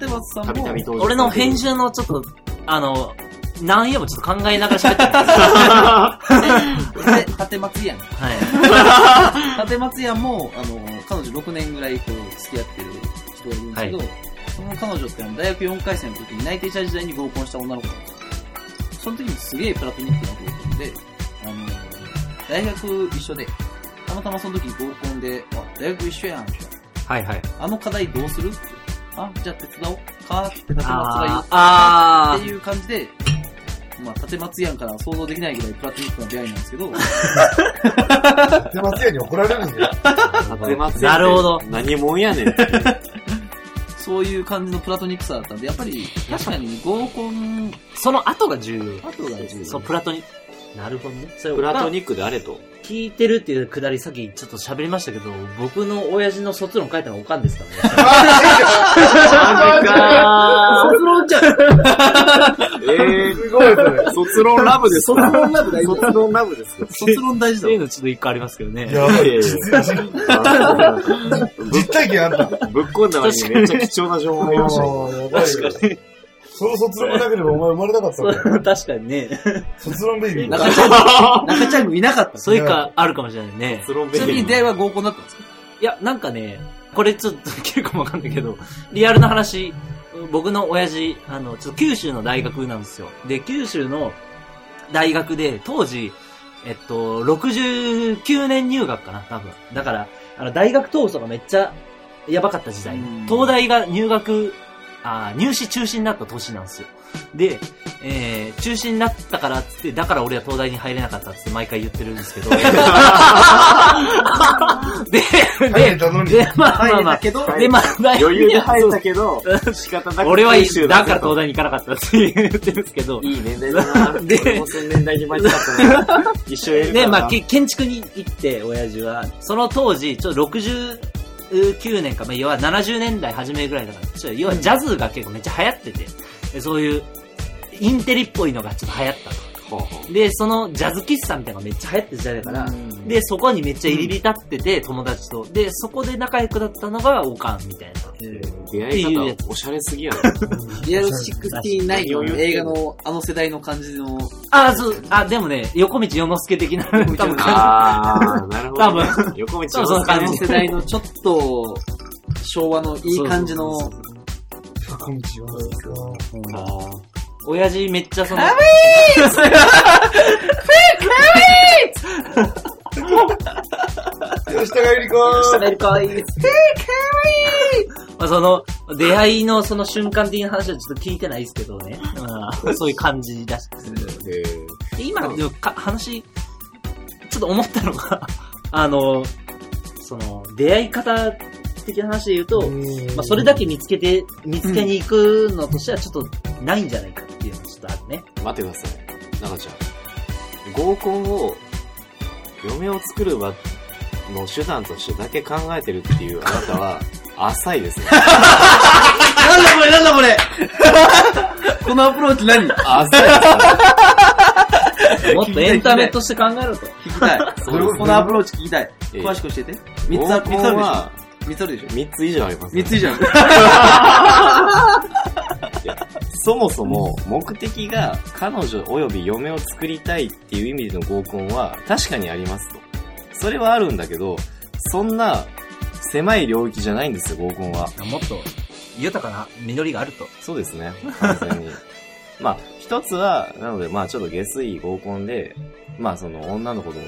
Speaker 5: 立松さん
Speaker 1: たびたび
Speaker 5: も、
Speaker 1: 登場
Speaker 2: 俺の編集のちょっと、あの、何やもちょっと考えながら喋 ってた。
Speaker 5: え立松やん。
Speaker 2: はい。
Speaker 5: 立松やんも、あのー、彼女6年ぐらいこう付き合ってる人がいるんですけど、その彼女ってあの大学4回生の時に内定者時代に合コンした女の子なんですよその時にすげえプラトニックな合コンで、あのー、大学一緒で、たまたまその時合コンで、あ、大学一緒やん、みたいな。
Speaker 2: はいはい。
Speaker 5: あの課題どうするって。あ、じゃあ手伝おうかって立松が言っ
Speaker 2: あーあ
Speaker 5: っていう感じで、まあ、立松やんから想像できないぐらいプラトニックな出会いなんですけど、
Speaker 3: で、松屋に怒られるんだよ。
Speaker 1: 立松屋
Speaker 2: なるほど
Speaker 1: 何もんやねん。
Speaker 5: そういう感じのプラトニックさだったんで、やっぱり、確かに合コン
Speaker 2: ーその後が重要。
Speaker 5: 後が重要。
Speaker 2: そう、プラトニなるほどね。それ
Speaker 1: プラト
Speaker 2: ニ
Speaker 1: ニックであれと。
Speaker 2: 聞いてるっていうくだりさっきちょっと喋りましたけど、僕の親父の卒論書いたのおかんですからね。
Speaker 1: か
Speaker 5: 卒論じゃん
Speaker 1: ええ
Speaker 3: すごい、それ。
Speaker 1: 卒論ラブです。卒論ラブだ卒論ラブです。
Speaker 5: 卒論大事
Speaker 2: そ
Speaker 5: だ
Speaker 2: うい
Speaker 5: も。
Speaker 2: うんのちょっと一個ありますけどね。
Speaker 3: やばい。
Speaker 1: 実
Speaker 3: 実体験あった。
Speaker 1: ぶっこんだ割にめっちゃ貴重な情報がありましたね。
Speaker 3: やばい。その卒論がなければお前生まれなかった
Speaker 2: そう確かにね。
Speaker 3: 卒論ベイビー。
Speaker 5: 中 ちゃん、中ちゃんいなかった。
Speaker 2: そういうか、あるかもしれないね。
Speaker 1: 卒論
Speaker 5: ち
Speaker 1: ベ
Speaker 5: なみに出会いは合コンだったんですか
Speaker 2: いや、なんかね、これちょっと結構わかんないけど、リアルな話、僕の親父、あの、ちょっと九州の大学なんですよ。で、九州の大学で、当時、えっと、69年入学かな、多分。だから、あの、大学闘争がめっちゃやばかった時代
Speaker 5: うん。
Speaker 2: 東大が入学、あー入試中止になった年なんですよ。で、えー、中止になったからっつって、だから俺は東大に入れなかったっつって毎回言ってるんですけ ど。で、
Speaker 6: 入
Speaker 2: で
Speaker 6: れ、たのに。
Speaker 2: で、まあまあ
Speaker 1: 入れた
Speaker 2: まあ、
Speaker 1: けど、
Speaker 2: で、まあ、大
Speaker 1: 余裕で入ったけど、仕方なく
Speaker 2: 俺は
Speaker 1: 九州
Speaker 2: だ
Speaker 1: け
Speaker 2: か
Speaker 1: ど
Speaker 2: ら東大に行かなかったって言ってるんですけど。
Speaker 1: いい年代だな。
Speaker 2: で
Speaker 1: で、5000年代に巻き立ったな。一緒にいるから
Speaker 2: で、
Speaker 1: な
Speaker 2: まあ、け建築に行って、親父は。その当時、ちょっと69年か、まあ、要は70年代初めぐらいだから、ちょっと要はジャズが結構めっちゃ流行ってて、でそういう、インテリっぽいのがちょっと流行った
Speaker 1: ほ
Speaker 2: と。
Speaker 1: うほ
Speaker 2: で、そのジャズ喫茶みたいなのがめっちゃ流行ってる時代だから、で、そこにめっちゃ入り浸ってて、友達と。で、そこで仲良くなったのが、オカンみたいな。
Speaker 1: う出会い
Speaker 2: っていうや
Speaker 1: 方、おしゃれすぎやな。
Speaker 5: リアル69の映画のあの世代の感じの、
Speaker 2: あ、そう、あ、でもね、横道世之助的な、多分感じ
Speaker 1: あー、なるほど。
Speaker 2: 多分。
Speaker 1: 横道
Speaker 2: そうそう
Speaker 5: あ
Speaker 2: 感
Speaker 5: の
Speaker 2: じ
Speaker 5: 世代のちょっと昭和のいい感じの、
Speaker 2: そう
Speaker 6: 坂道は。
Speaker 2: 親父めっちゃそ の。
Speaker 6: 下がゆりこー
Speaker 2: まあ、その、出会いのその瞬間的な話はちょっと聞いてないですけどね。まあ、そういう感じだし。
Speaker 1: えー
Speaker 2: で今、でもか話、ちょっと思ったのが、 あの、その、出会い方的な話で言うと、まあ、それだけ見つけて、見つけに行くのとしてはちょっとないんじゃないかっていうのがちょっとあるね。
Speaker 1: 待ってください。中ちゃん。合コンを、嫁を作る場の手段としてだけ考えてるっていうあなたは、浅い ですね。
Speaker 5: なんだこれなんだこれこのアプローチ何
Speaker 1: 浅い
Speaker 2: もっとエンタメとして考えろと。
Speaker 5: 聞きたい。
Speaker 1: そうですね
Speaker 5: このアプローチ聞きたい。
Speaker 1: ええ
Speaker 5: 詳しく教えて。
Speaker 1: 合
Speaker 5: 三つあ
Speaker 1: コ
Speaker 5: 三つあ
Speaker 1: ン
Speaker 5: る
Speaker 1: は、
Speaker 5: でしょ三つあるでしょ
Speaker 1: 3つ以上あります、
Speaker 5: 三つ以上ある。
Speaker 1: そもそも目的が彼女及び嫁を作りたいっていう意味での合コンは確かにありますと。それはあるんだけど、そんな狭い領域じゃないんですよ、合コンは。
Speaker 2: もっと豊かな実りがあると。
Speaker 1: そうですね、完全に。 まあ、一つは、なので、まあ、ちょっと下水合コンで、まあ、その、女の子と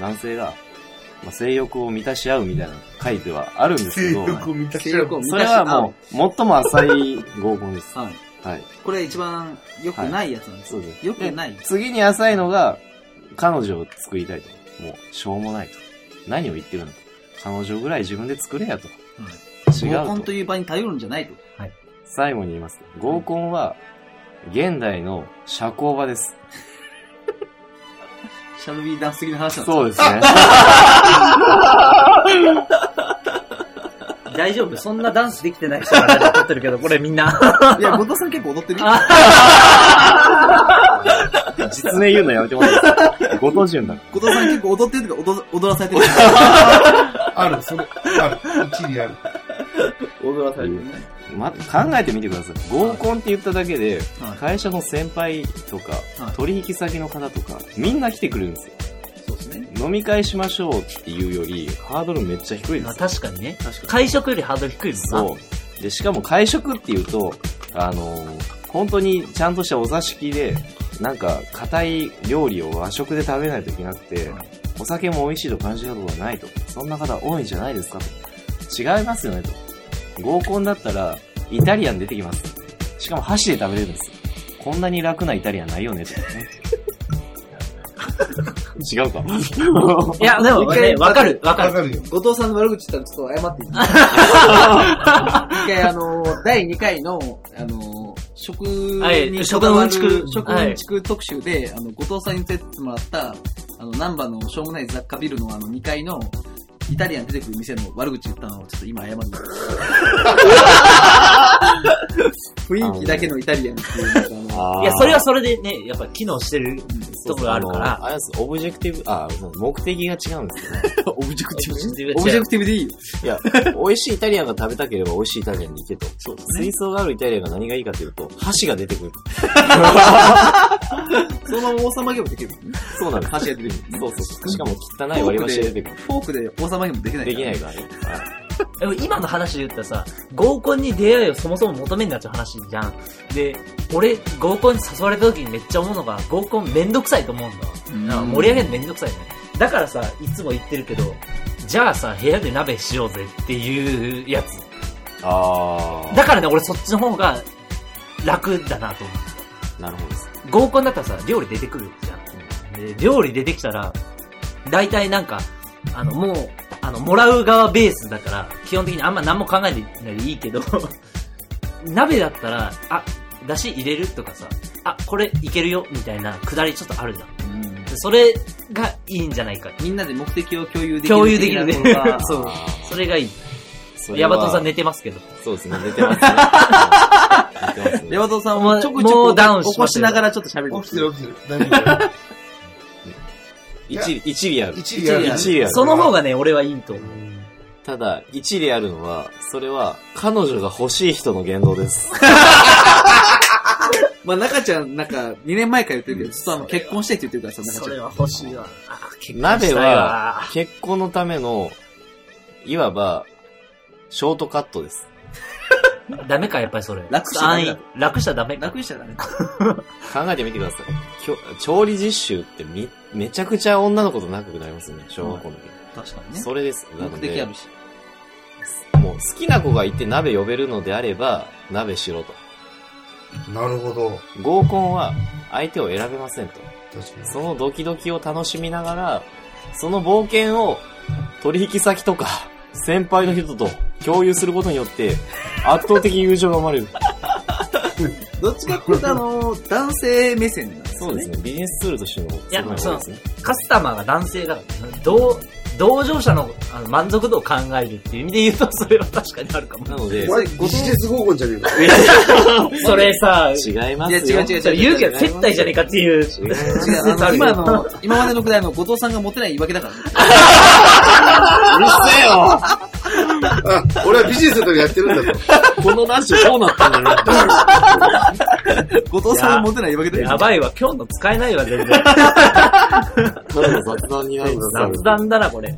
Speaker 1: 男性が、まあ、性欲を満たし合うみたいな書いてはあるんですけ
Speaker 6: 性
Speaker 1: ど、
Speaker 6: 欲を満たし
Speaker 5: 性
Speaker 6: ちゃう
Speaker 5: 欲を満
Speaker 1: そ
Speaker 5: た
Speaker 1: れ
Speaker 5: し
Speaker 1: は
Speaker 5: 合う
Speaker 1: もう、最も浅い合コンです。
Speaker 5: はい
Speaker 1: はい。
Speaker 5: これ一番良くないやつなんです
Speaker 1: そうです。
Speaker 5: よくない
Speaker 1: で次に浅いのが、彼女を作りたいと。もう、しょうもないと。何を言ってるんだと。彼女ぐらい自分で作れやと。違
Speaker 5: 合コン
Speaker 1: う
Speaker 5: と
Speaker 1: と。
Speaker 5: いう場に頼るんじゃないと。
Speaker 1: 最後に言います。合コンは、現代の社交場です。
Speaker 5: シャルビーダンス的な話なんです
Speaker 1: そう
Speaker 5: う
Speaker 1: ですね。
Speaker 2: 大 丈夫そんなダンスできてない人がラジオ撮ってるけど、これみんな。
Speaker 5: いや、後藤さん結構 踊ってる。
Speaker 2: あ
Speaker 1: 実名言うのやめてもらっていいですかご当地言うんだか
Speaker 5: 後藤さん結構踊ってるとか踊踊らされてる。
Speaker 6: ある、それ。ある。一理ある。
Speaker 5: 踊らさ
Speaker 1: れてる
Speaker 5: ね。
Speaker 1: ら。ま、考えてみてください。合コンって言っただけで、
Speaker 5: はい
Speaker 1: 会社の先輩とか、
Speaker 5: はい
Speaker 1: 取引先の方とか、みんな来てくるんですよ。
Speaker 5: そうですね。
Speaker 1: 飲み会しましょうっていうより、ハードルめっちゃ低いですよ。
Speaker 2: 確かにね。
Speaker 5: 確か
Speaker 2: 会食よりハードル低いですな。
Speaker 1: そう。で、しかも会食っていうと、あのー本当にちゃんとしたお座敷で、なんか、硬い料理を和食で食べないといけなくて、お酒も美味しいと感じたことがないと。そんな方多いんじゃないですかと。違いますよねと。合コンだったら、イタリアン出てきます。しかも箸で食べれるんですよ。こんなに楽なイタリアンないよねと。 違うか。
Speaker 2: いや、でもね、わかる、わか
Speaker 6: わ
Speaker 2: る。
Speaker 6: かるよ。
Speaker 5: に。後藤さんの悪口言ったらちょっと謝っていい一 回あのー、第2回の、あのー、食
Speaker 2: はい
Speaker 5: に
Speaker 2: 食のうんちく
Speaker 5: 食のうんちく特集で、あの、後藤さんに連れてってもらった、あの、ナンバのしょうもない雑貨ビルのあの2階の、イタリアン出てくる店の悪口言ったのをちょっと 今謝るんだ雰囲気だけのイタリアンっていうのがあの
Speaker 2: いや、それはそれでね、やっぱ機能してるとこがあるか
Speaker 1: の
Speaker 2: ら。
Speaker 1: あれです、オブジェクティブ、あ、そう目的が違うんですよね。
Speaker 5: オブジェクティブ。
Speaker 2: 違う
Speaker 5: オブジェクティブでいいよ。
Speaker 1: いや、美味しいイタリアンが食べたければ美味しいイタリアンに行けと。そう、水槽があるイタリアンが何がいいかというと、箸が出てくる。
Speaker 5: そのまま王様ゲームできる。
Speaker 1: そうなんです。
Speaker 5: 箸が出てくる。
Speaker 1: そうそうそう。しかも汚い割り箸で出てくる。
Speaker 5: フォークで王様ゲームできない。
Speaker 1: できない。からね。はい
Speaker 2: でも今の話で言ったらさ、合コンに出会いをそもそも求めんなっちゃう話じゃん。で、俺、合コンに誘われた時にめっちゃ思うのが、合コンめんどくさいと思うんだわ。なんか盛り上げるのめんどくさいね。だからさ、いつも言ってるけど、じゃあさ、部屋で鍋しようぜっていうやつ。
Speaker 1: あ
Speaker 2: だからね、俺そっちの方が楽だなと思う。
Speaker 1: ー。なるほどです。
Speaker 2: 合コンだったらさ、料理出てくるじゃん。で、料理出てきたら、大体なんか、あの、もう、あの、もらう側ベースだから、基本的にあんま何も考えてないでいいけど、 鍋だったら、あ、だし入れるとかさ、あ、これいけるよ、みたいなくだりちょっとあるじゃん。でそれがいいんじゃないか。
Speaker 5: みんなで目的を共有できる。
Speaker 2: 共有できるね
Speaker 5: 的なことが。
Speaker 2: そう。それがいい。
Speaker 1: それ
Speaker 2: ヤ
Speaker 1: は
Speaker 2: バトンさん寝てますけど。
Speaker 1: そうですね、出てますね。出てますね。
Speaker 5: ヤバトさん
Speaker 2: もう
Speaker 5: はちょくちょく
Speaker 2: もうダウンしま
Speaker 5: 起
Speaker 2: したよ
Speaker 5: こしながらちょっと喋る。
Speaker 6: 起きてる起きてる。大丈夫。
Speaker 1: 一一理ある。
Speaker 6: 一理ある。
Speaker 1: 一理ある
Speaker 2: その方がね、俺はいいと思う。
Speaker 1: ただ、一理あるのは、それは、彼女が欲しい人の言動です。
Speaker 5: まあ、中ちゃん、なんか、2年前から言ってるけど、ちょっとあの、結婚してって言ってるからさ、中
Speaker 2: そ
Speaker 5: ちゃ
Speaker 2: れ
Speaker 5: ん。
Speaker 2: は欲しいわ。あ結婚
Speaker 1: 鍋
Speaker 2: したい
Speaker 1: は
Speaker 2: わ、
Speaker 1: 結婚のための、いわば、ショートカットです。
Speaker 2: ダメか、やっぱりそれ。
Speaker 5: 楽しちゃダメだ
Speaker 2: 安易楽しちゃダメか。
Speaker 5: 楽にしちゃダメ。
Speaker 1: 考えてみてください。きょ調理実習ってみ、めちゃくちゃ女の子と仲良くなりますよね、小学校の時。
Speaker 5: 確かにね。
Speaker 1: それです。な
Speaker 5: 目
Speaker 1: の
Speaker 5: 的あ
Speaker 1: で
Speaker 5: る、し。
Speaker 1: もう好きな子がいて鍋呼べるのであれば、鍋しろと。
Speaker 6: なるほど。
Speaker 1: 合コンは相手を選べませんと。
Speaker 6: 確かに。
Speaker 1: そのドキドキを楽しみながら、その冒険を取引先とか先輩の人と共有することによって圧倒的友情が生まれる。
Speaker 5: どっちかっていうと、あの、男性目線なん です
Speaker 1: そうですね。ビジネスツールとしての側面が多いですね。
Speaker 2: カスタマーが男性だから、同、同乗者のあの満足度を考えるっていう意味で言うと、それは確かにあるかも。
Speaker 1: なので
Speaker 3: お、前、ビジネス合コンじゃねえか。
Speaker 2: それさ、
Speaker 1: 違いま
Speaker 5: いや、
Speaker 1: す
Speaker 5: 違
Speaker 1: よ。
Speaker 5: う違う
Speaker 2: それ
Speaker 5: 違う。
Speaker 2: 言うけど接待じゃねえかってい
Speaker 1: 違い
Speaker 2: う。
Speaker 1: ます
Speaker 5: 違う、あの、
Speaker 2: 違う
Speaker 5: 今の、今までのくらいの後藤さんが持てない言い訳 だからね。
Speaker 1: うるせえよ
Speaker 3: あ、俺はビジネスの時やってるんだと。
Speaker 1: このラジオどうなったんだろう
Speaker 5: 後藤さんが持てない言い訳だから
Speaker 2: や
Speaker 5: ね。
Speaker 2: ばいわ、今日の使えないわ、 全然。
Speaker 1: ただの雑談になるんだ
Speaker 2: 雑談だな、これ。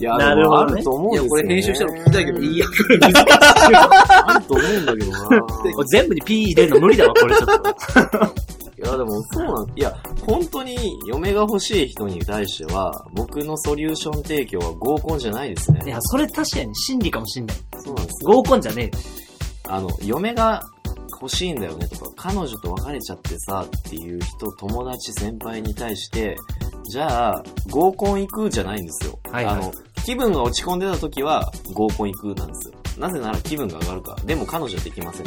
Speaker 1: いや、
Speaker 2: な
Speaker 1: な
Speaker 2: る
Speaker 1: る
Speaker 2: ほど
Speaker 1: ほ
Speaker 2: ね
Speaker 1: ど、あると思うん
Speaker 5: い
Speaker 1: ですよ、、
Speaker 5: や
Speaker 1: ね。
Speaker 5: これ編集したら聞きたいけど、いいや。
Speaker 1: あると思うんだけどな。
Speaker 2: これ全部に P 入れるの無理だわ、これちょっと。
Speaker 1: いや、でもそうなん、いや、本当に嫁が欲しい人に対しては、僕のソリューション提供は合コンじゃないです
Speaker 2: い
Speaker 1: ね
Speaker 2: や。、それ確かに真理かもしんない。
Speaker 1: そうなんですよ。
Speaker 2: 合コンじゃねえよ。
Speaker 1: あの、嫁が欲しいんだよねとか、彼女と別れちゃってさ、っていう人、友達、先輩に対して、じゃあ、合コン行くじゃないんですよ。
Speaker 2: はいはい
Speaker 1: あの、気分が落ち込んでた時は、合コン行くなんですよ。なぜなら気分が上がるから。でも彼女はできません。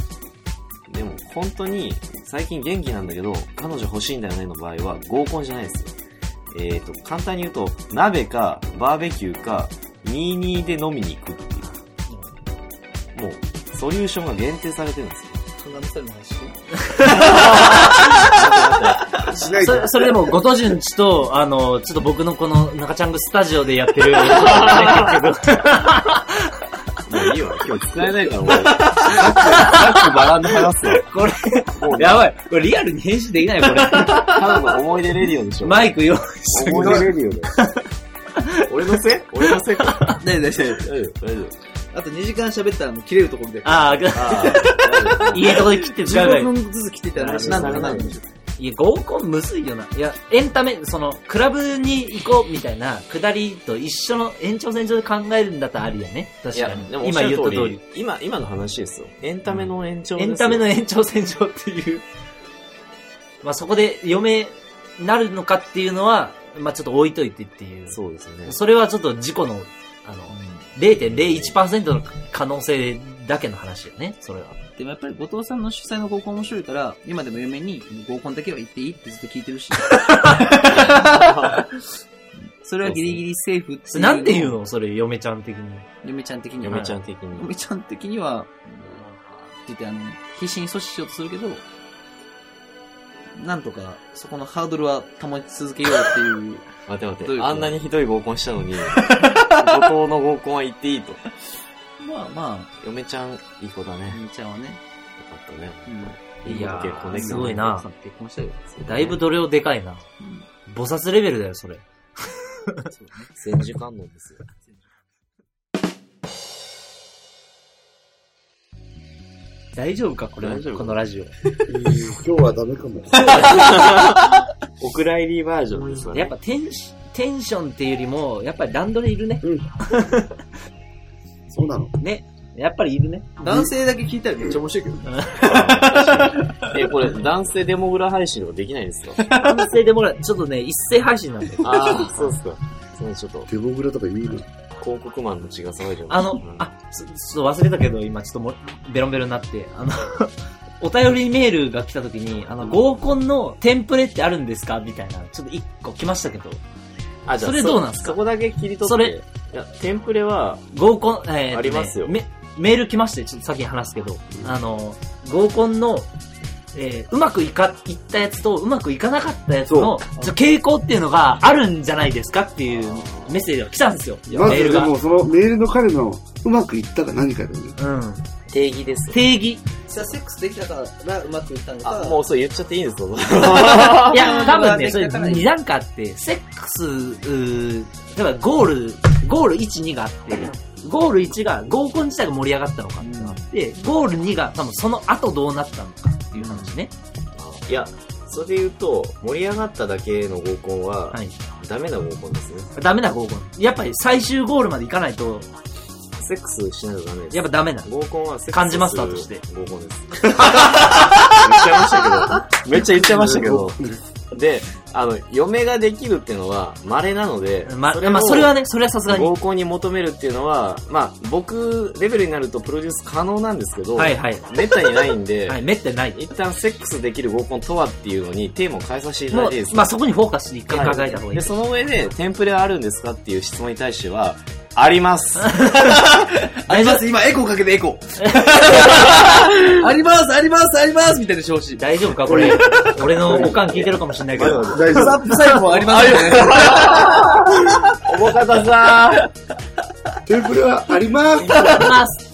Speaker 1: でも、本当に、最近元気なんだけど、彼女欲しいんだよねの場合は、合コンじゃないですよ。えーと、簡単に言うと、鍋か、バーベキューか、22で飲みに行くっていう。もう、ソリューションが限定されてるんですよ。
Speaker 5: そんな店の話
Speaker 3: しない
Speaker 2: そ
Speaker 3: と
Speaker 2: れ、。それでも、ごとじゅんちと、あの、ちょっと僕のこの、中ちゃんぐスタジオでやって る、結局
Speaker 1: もういいわ、今日使えないから、もう。さっき、さっきバランで話すわ。
Speaker 2: これ、
Speaker 1: もう、
Speaker 2: やばい。これリアルに編集できないよ、これ。
Speaker 1: ただの思い出レディオでしょ。
Speaker 2: マイク用意して
Speaker 1: 思い出レディオだよ。俺のせい俺のせいか。
Speaker 5: 大丈夫大丈夫。
Speaker 1: 大丈夫、大丈夫。
Speaker 5: あと2時間喋ったらもう切れるところで。
Speaker 2: ああ、
Speaker 1: あー大丈夫
Speaker 2: 家のとこで切って使うがい
Speaker 5: 15
Speaker 2: い。
Speaker 5: 分ずつ切ってたら話なんだかな。
Speaker 2: いや、合コンむずいよな。いや、エンタメ、その、クラブに行こうみたいな、くだりと一緒の延長線上で考えるんだったらあるよね。確
Speaker 1: い
Speaker 2: か
Speaker 1: や、
Speaker 2: に
Speaker 1: でも。おっし
Speaker 2: 今
Speaker 1: ゃ
Speaker 2: 言
Speaker 1: る
Speaker 2: った
Speaker 1: 通
Speaker 2: 通
Speaker 1: り
Speaker 2: り。、
Speaker 1: 今、今の話ですよ。エンタメの延長で
Speaker 2: エ
Speaker 1: すよ
Speaker 2: ンタメの延長線上っていう。まあ、そこで嫁なるのかっていうのは、まあ、ちょっと置いといてっていう。
Speaker 1: そうですね。
Speaker 2: それはちょっと事故の、あの、0.01%の可能性だけの話よね、それは。
Speaker 5: でもやっぱり後藤さんの主催の合コン面白いから、今でも嫁に合コンだけは行っていいってずっと聞いてるし。それはギリギリセーフっていう
Speaker 2: なんて言うのそれ、嫁ちゃん的に。
Speaker 5: 嫁ちゃん的には。
Speaker 1: 嫁ちゃん的に。
Speaker 5: 嫁ちゃん的には、って言ってあの、必死に阻止しようとするけど、なんとか、そこのハードルは保ち続けようっていう。
Speaker 1: 待って待っ
Speaker 5: どうい
Speaker 1: て、
Speaker 5: うこと
Speaker 1: あんなにひどい合コンしたのに、後藤の合コンは行っていいと。
Speaker 5: まあまあ、
Speaker 1: 嫁ちゃん、いい子だね。よ
Speaker 5: 嫁ちゃんはね、
Speaker 1: かったね。
Speaker 5: うん
Speaker 2: いやー
Speaker 1: 結婚できたね
Speaker 2: すごいな
Speaker 5: 奥さんと結婚したよ。
Speaker 2: だいぶ度量でかいな。菩薩レベルだよ、それ。
Speaker 1: 千手観音ですよ。
Speaker 2: 大丈夫かこれ
Speaker 1: 大丈、夫
Speaker 2: このラジオ。
Speaker 7: 今日はダメかも。
Speaker 1: お蔵入りバージョンですわね。
Speaker 2: やっぱテンシテンションっていうよりも、やっぱり段取りいるね。
Speaker 7: そうなの。
Speaker 2: ね。やっぱりいる ね。
Speaker 5: 男性だけ聞いたらめっちゃ面白いけど。
Speaker 1: え、これ、男性デモグラ配信とかできないんですか
Speaker 2: 男性でもらう、ちょっとね、一斉配信なんで。
Speaker 1: ああ、そうっすか。そのちょっと、
Speaker 7: デボグラとか言うの。
Speaker 1: 広告マンの血が騒いでます
Speaker 2: あの、あ、ちょちょっと忘れたけど、今ちょっともうベロンベロンになって、あの、 お便りメールが来た時に、あの、合コンのテンプレってあるんですかみたいな、ちょっと一個来ましたけど、
Speaker 1: あじゃあ
Speaker 2: それどうなんすか
Speaker 1: そこだけ切り取って。
Speaker 2: それ
Speaker 1: いや、テンプレは、
Speaker 2: 合コン、えーとね
Speaker 1: ありますよ
Speaker 2: メメール来まして、ちょっと先に話すけど、あの、合コンの、えーうまくいか、いったやつと、うまくいかなかったやつの、ちょ傾向っていうのがあるんじゃないですかっていうメッセージが来たんですよ、メ
Speaker 3: ま
Speaker 2: ー
Speaker 3: ず
Speaker 2: ル
Speaker 3: で
Speaker 2: が。
Speaker 3: もそのメールの彼のうまくいったか何かだよね。
Speaker 2: うん。
Speaker 1: 定義です。
Speaker 2: 定義。
Speaker 5: さあ、セックスできたからうまくいったの
Speaker 1: あ
Speaker 5: か、、
Speaker 1: もうそれ言っちゃっていいんですか
Speaker 2: いや、多分ね、それ
Speaker 5: だからね
Speaker 2: 2段階あって、セックス、うー例えばゴール、ゴール1、2があって、ゴール1が合コン自体が盛り上がったのかってなって、ゴール2が多分その後どうなったのかっていう話ね。
Speaker 1: いや、それで言うと、盛り上がっただけの合コンは、
Speaker 2: はい。
Speaker 1: ダメな合コンですね。
Speaker 2: ダメな合コン。やっぱり最終ゴールまで行かないと、
Speaker 1: セックスしないとダメです。
Speaker 2: やっぱダメなの。
Speaker 1: 合コンはセックス
Speaker 2: 漢字マスターとして
Speaker 1: 合コンです。めっちゃ 言いましたけど。めっちゃ言っちゃいましたけど。で、あの、嫁ができるっていうのは稀なので、
Speaker 2: ま、
Speaker 1: を
Speaker 2: まあ、それはね、それはさすがに。
Speaker 1: 合コンに求めるっていうのは、まあ、僕レベルになるとプロデュース可能なんですけど、
Speaker 2: はいはい。
Speaker 1: めったにないんで、
Speaker 2: はい、めってない。
Speaker 1: 一旦セックスできる合コンとはっていうのにテーマを変えさせていただ
Speaker 2: も
Speaker 1: いていいです
Speaker 2: う、
Speaker 1: か
Speaker 2: まあ、そこにフォーカスして一回考えた方がいい
Speaker 1: で、。その上で、テンプレはあるんですかっていう質問に対しては、あり ます。
Speaker 5: あります、今エコーかけてエコ ー。あります、あります、ありますみたいな調子。
Speaker 2: 大丈夫かこれ、 俺のおかん聞いてるかもしれないけど。
Speaker 7: 大丈夫。
Speaker 5: 最後もありますね。
Speaker 1: おぼかたさん
Speaker 7: テンプレはあります。
Speaker 2: ます。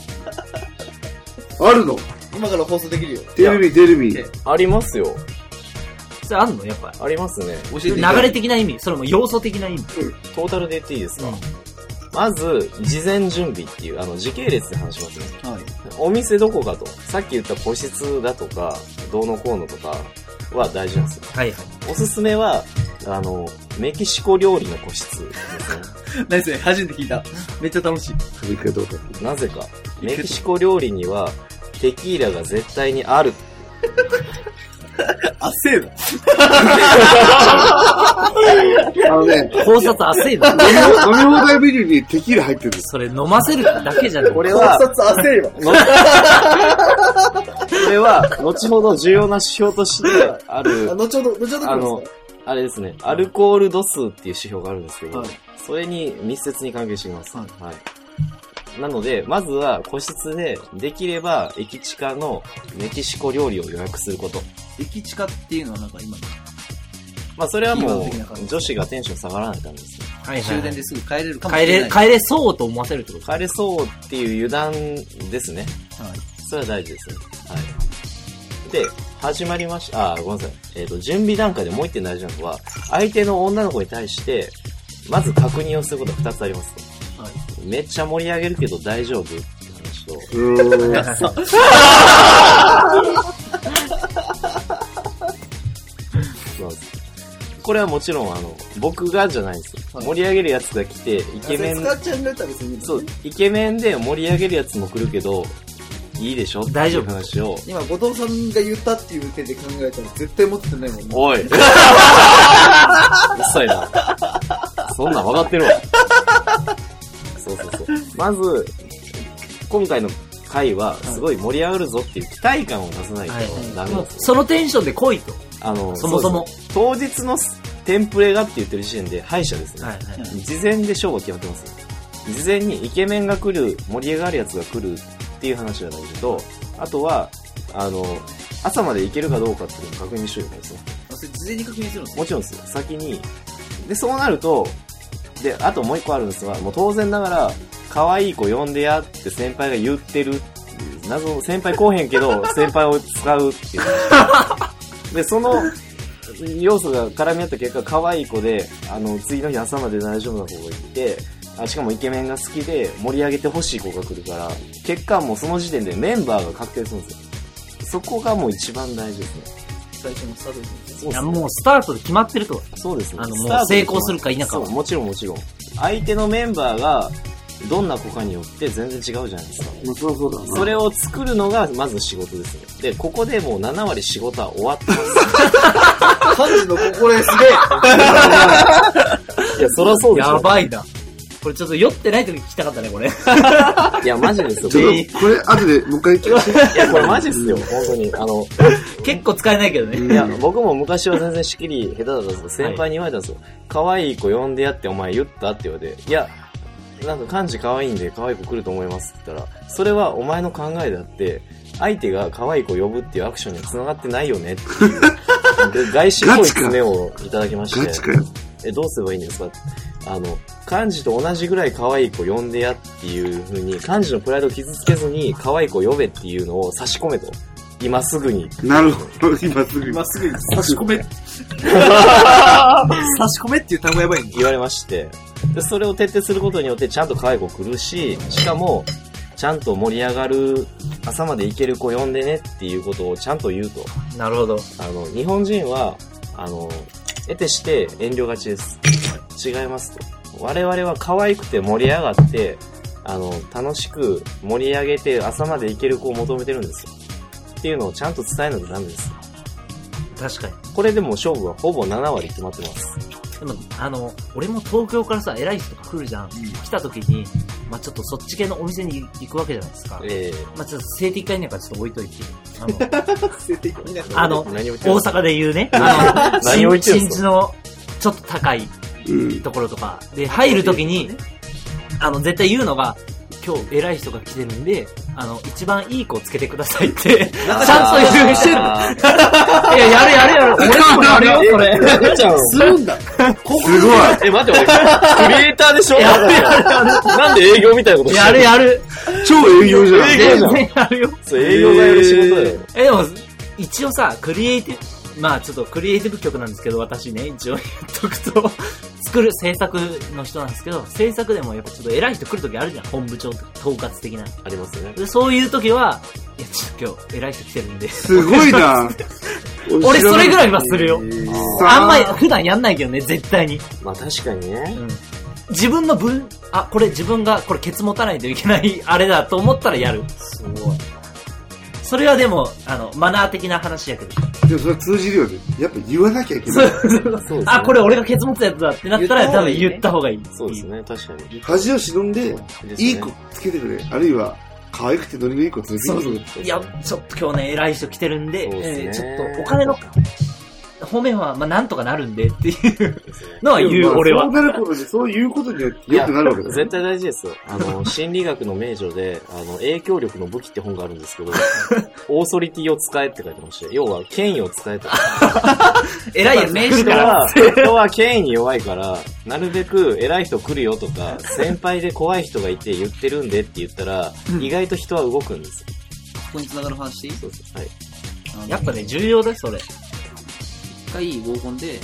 Speaker 7: あるの。
Speaker 5: 今から放送できるよ。
Speaker 3: テレビ、テレビ。
Speaker 1: ありますよ。
Speaker 2: それあんのやっぱり。
Speaker 1: ありますね。
Speaker 5: 教えていただ
Speaker 2: 流
Speaker 5: い
Speaker 2: れ
Speaker 5: て。
Speaker 2: 的な意味、それも要素的な意味。
Speaker 1: トータルで言っていいですか、まず、事前準備っていう、あの、時系列で話しますね。お店どこかと、さっき言った個室だとか、どうのこうのとかは大事なんですよ。
Speaker 2: はいはい。
Speaker 1: おすすめは、あの、メキシコ料理の個室ですね。
Speaker 5: ナイスね、初めて聞いた。めっちゃ楽しい。
Speaker 7: 食べ方とか。
Speaker 1: なぜか、メキシコ料理には、テキーラが絶対にある。
Speaker 5: あ、せー
Speaker 7: あのね、
Speaker 2: 考察汗い だ。
Speaker 7: 飲 み飲み放題ビールにテキーラ入ってるんです。
Speaker 2: それ飲ませるだけじゃない。
Speaker 1: これは、
Speaker 5: 察焦 る
Speaker 1: こ
Speaker 5: わ。
Speaker 1: れは、後ほど重要な指標としてある、
Speaker 5: 後ほど、後ほど
Speaker 1: あの、あれですね、アルコール度数っていう指標があるんですけど、
Speaker 5: はい
Speaker 1: それに密接に関係しています。
Speaker 5: は
Speaker 1: はい。なので、まずは個室で、できれば駅地下のメキシコ料理を予約すること。
Speaker 5: 駅地下っていうのはなんか今、
Speaker 1: まあ、それはも
Speaker 5: 今の時な感
Speaker 1: う、
Speaker 5: じ
Speaker 1: 女子がテンション下がらないためですね。
Speaker 2: はいはい
Speaker 5: 終
Speaker 2: は
Speaker 5: 電
Speaker 2: い
Speaker 5: ですぐ帰れるかもし
Speaker 2: 帰
Speaker 5: れ
Speaker 2: れ、
Speaker 5: ない。
Speaker 2: 帰れそうと思わせるってこと
Speaker 1: 帰れそうっていう油断ですね。
Speaker 5: はい
Speaker 1: それは大事ですね。はい。で、始まりました。あー、ごめんなさい。えっ、と、準備段階でもう一点大事なのは、相手の女の子に対して、まず確認をすることが2つありますと。
Speaker 5: はい
Speaker 1: めっちゃ盛り上げるけど大丈夫って話と、
Speaker 7: うーん。
Speaker 1: そうなんです。これはもちろん、あの、僕がじゃないんですよ。
Speaker 5: はい
Speaker 1: 盛り上げるやつが来て、イケメン、
Speaker 5: 使っちゃうんだったら別に。
Speaker 1: そう、イケメンで盛り上げるやつも来るけど、いいでしょ
Speaker 2: 大丈夫
Speaker 1: っていう話を、
Speaker 5: 今、後藤さんが言ったっていう手で考えたら絶対持ってないもん。
Speaker 1: おい。うっさいな。そんなん分かってるわ。そうそうそう。まず、今回の回は、すごい盛り上がるぞっていう期待感を出さないと
Speaker 2: はい
Speaker 1: ダメ
Speaker 2: も
Speaker 1: なん
Speaker 2: う
Speaker 1: ですよ。
Speaker 2: そのテンションで来いと。
Speaker 1: あの、
Speaker 2: そもそも
Speaker 1: うです当日のテンプレがって言ってる時点で敗者ですね。
Speaker 2: はいはい。
Speaker 1: 事前で勝負は決まってます。事前にイケメンが来る、盛り上がるやつが来るっていう話が大事と、あとは、あの、朝まで行けるかどうかっていうのを確認しといてください。
Speaker 5: あそれ事前に確認するんです
Speaker 1: もちろんですよ。先に。で、そうなると、で、あともう一個あるんですが、もう当然ながら、可愛い子呼んでやって先輩が言ってるっていう、謎の先輩来おへんけど、先輩を使うっていう。で、その要素が絡み合った結果、可愛い子で、あの、次の日朝まで大丈夫な子がいて、あしかもイケメンが好きで盛り上げてほしい子が来るから、結果もうその時点でメンバーが確定するんですよ。そこがもう一番大事ですね。
Speaker 5: 最初のスタート です
Speaker 1: そ
Speaker 5: ね。
Speaker 1: うです
Speaker 2: や、
Speaker 1: ね
Speaker 2: もうスタートで決まってると。
Speaker 1: そうですね。
Speaker 2: あのもう
Speaker 1: スタート
Speaker 2: 成功するか否かは
Speaker 1: そうもちろんもちろん。相手のメンバーがどんな子かによって全然違うじゃないですか。
Speaker 7: まあ、そりゃそうだな。
Speaker 1: それを作るのがまず仕事ですね。で、ここでもう7割仕事は終わった。
Speaker 7: 漢字の心得すげ
Speaker 1: いや、そりゃそうです
Speaker 2: やばいな。これちょっと酔ってない時聞きたかったね、これ。
Speaker 1: い。いや、マジですよ。
Speaker 7: ちょっと、これ、後でもう一回聞いて。
Speaker 1: いや、これマジっすよ。本当に。あの、
Speaker 2: 結構使えないけどね。
Speaker 1: いや、僕も昔は全然仕切り下手だったんですけど、先輩に言われたんですよ。可愛い子呼んでやってお前言ったって言われて、いや、なんか漢字可愛いんで可愛い子来ると思いますって言ったら、それはお前の考えであって、相手が可愛い子呼ぶっていうアクションには繋がってないよねって いう。で、外資っぽい詰めを いただきまして。
Speaker 7: ガチかよ。
Speaker 1: え、どうすればいいんですかあの、漢字と同じぐらい可愛い子呼んでやっていう風に、漢字のプライドを傷つけずに可愛い子呼べっていうのを差し込めと。今すぐに。
Speaker 7: なるほど、今すぐ。
Speaker 6: 今すぐに差し込め。
Speaker 5: 差し込めっていう単語やばいん
Speaker 1: 言われまして。で、それを徹底することによってちゃんと可愛い子来るし、しかも、ちゃんと盛り上がる、朝まで行ける子呼んでねっていうことをちゃんと言うと。
Speaker 2: なるほど。
Speaker 1: あの、日本人は、あの、得てして遠慮がちです。違いますと。我々は可愛くて盛り上がって、あの、楽しく盛り上げて朝まで行ける子を求めてるんですよ。っていうのをちゃんと伝えなきゃダメです。
Speaker 2: 確かに。
Speaker 1: これでもう勝負はほぼ7割決まってます。
Speaker 2: でも、あの、俺も東京からさ、偉い人が来るじゃん。来た時に、まあちょっとそっち系のお店に行くわけじゃないですか。
Speaker 1: え
Speaker 2: まあちょっと性的概念からちょっと置いといて。あの、
Speaker 1: え
Speaker 2: あの
Speaker 1: 何を言ってる
Speaker 2: 大
Speaker 1: んですか
Speaker 2: 阪で言うね、あの、
Speaker 1: 何を言ってんすか
Speaker 2: 新地のちょっと高い
Speaker 7: うん。
Speaker 2: ところとか、で、入るときに、あの、絶対言うのが、今日偉い人が来てるんで、あの、一番いい子をつけてくださいって、ちゃんと 言うしてる。
Speaker 1: あ
Speaker 2: いや、やるやる やる。俺にもやるよ、それ。
Speaker 1: ーやっちゃう
Speaker 6: するんだ。
Speaker 7: すごい。
Speaker 1: え、待って、俺、クリエイターでしょなんで営業みたいなことして
Speaker 2: や
Speaker 1: る
Speaker 2: る やる。
Speaker 7: 超営業じゃん。
Speaker 1: 営業じ
Speaker 2: 全然やるよ。
Speaker 1: そう営業がやる仕事だよ。
Speaker 2: え、でも、一応さ、クリエイティブ、まあちょっとクリエイティブ曲なんですけど、私ね、一応言っとくと、 作る制作の人なんですけど、制作でもやっぱちょっと偉い人来る時あるじゃん。本部長とか、統括的な。
Speaker 1: ありますね。
Speaker 2: で、そういう時は、いや、ちょっと今日偉い人来てるんで。
Speaker 7: すごいな。
Speaker 2: 俺それぐらいはするよ。
Speaker 7: さ
Speaker 2: あんまり普段やんないけどね、絶対に。
Speaker 1: まあ確かにね。
Speaker 2: 自分の分、あ、これ自分が、これケツ持たないといけない、 あれだと思ったらやる。すごい。それはでも、あの、マナー的な話やけど。
Speaker 7: でもそれは通じるよね。やっぱ言わなきゃいけない。
Speaker 1: そうですね
Speaker 2: あ、これ俺がケツ持つやつだってなったら、
Speaker 5: 言った
Speaker 2: 多
Speaker 5: 方が
Speaker 2: 分
Speaker 5: いいね
Speaker 2: 言った方がいい。
Speaker 1: そうですね、確かに。
Speaker 7: 恥を忍んで、
Speaker 1: ですね
Speaker 7: いい子つけてくれ。あるいは、可愛くてノリのいい子連れてきて
Speaker 2: いや、ちょっと今日ね、偉い人来てるんで、
Speaker 1: そうですね
Speaker 2: えーちょっとお金の方面は、まあ、なんとかなるんでっていう
Speaker 1: ですね
Speaker 2: のは
Speaker 7: くれ。
Speaker 2: 言
Speaker 7: でも
Speaker 2: う、
Speaker 7: まあ
Speaker 2: 俺は
Speaker 7: そう。なることで、そういうことによって良くなるわけだよ。
Speaker 1: 絶対大事ですよ。あの、心理学の名著で、あの、影響力の武器って本があるんですけど、オーソリティを使えって書いてまして、要は権威を使えと。
Speaker 2: 偉いやつ来るから。
Speaker 1: 人は権威弱いから、なるべく偉い人来るよとか、先輩で怖い人がいて言ってるんでって言ったら、意外と人は動くんですよ。
Speaker 5: ここに繋がる話していい
Speaker 1: そうです。はい。
Speaker 5: あの
Speaker 2: やっぱね、重要だよ、それ。
Speaker 5: 一回合コンで、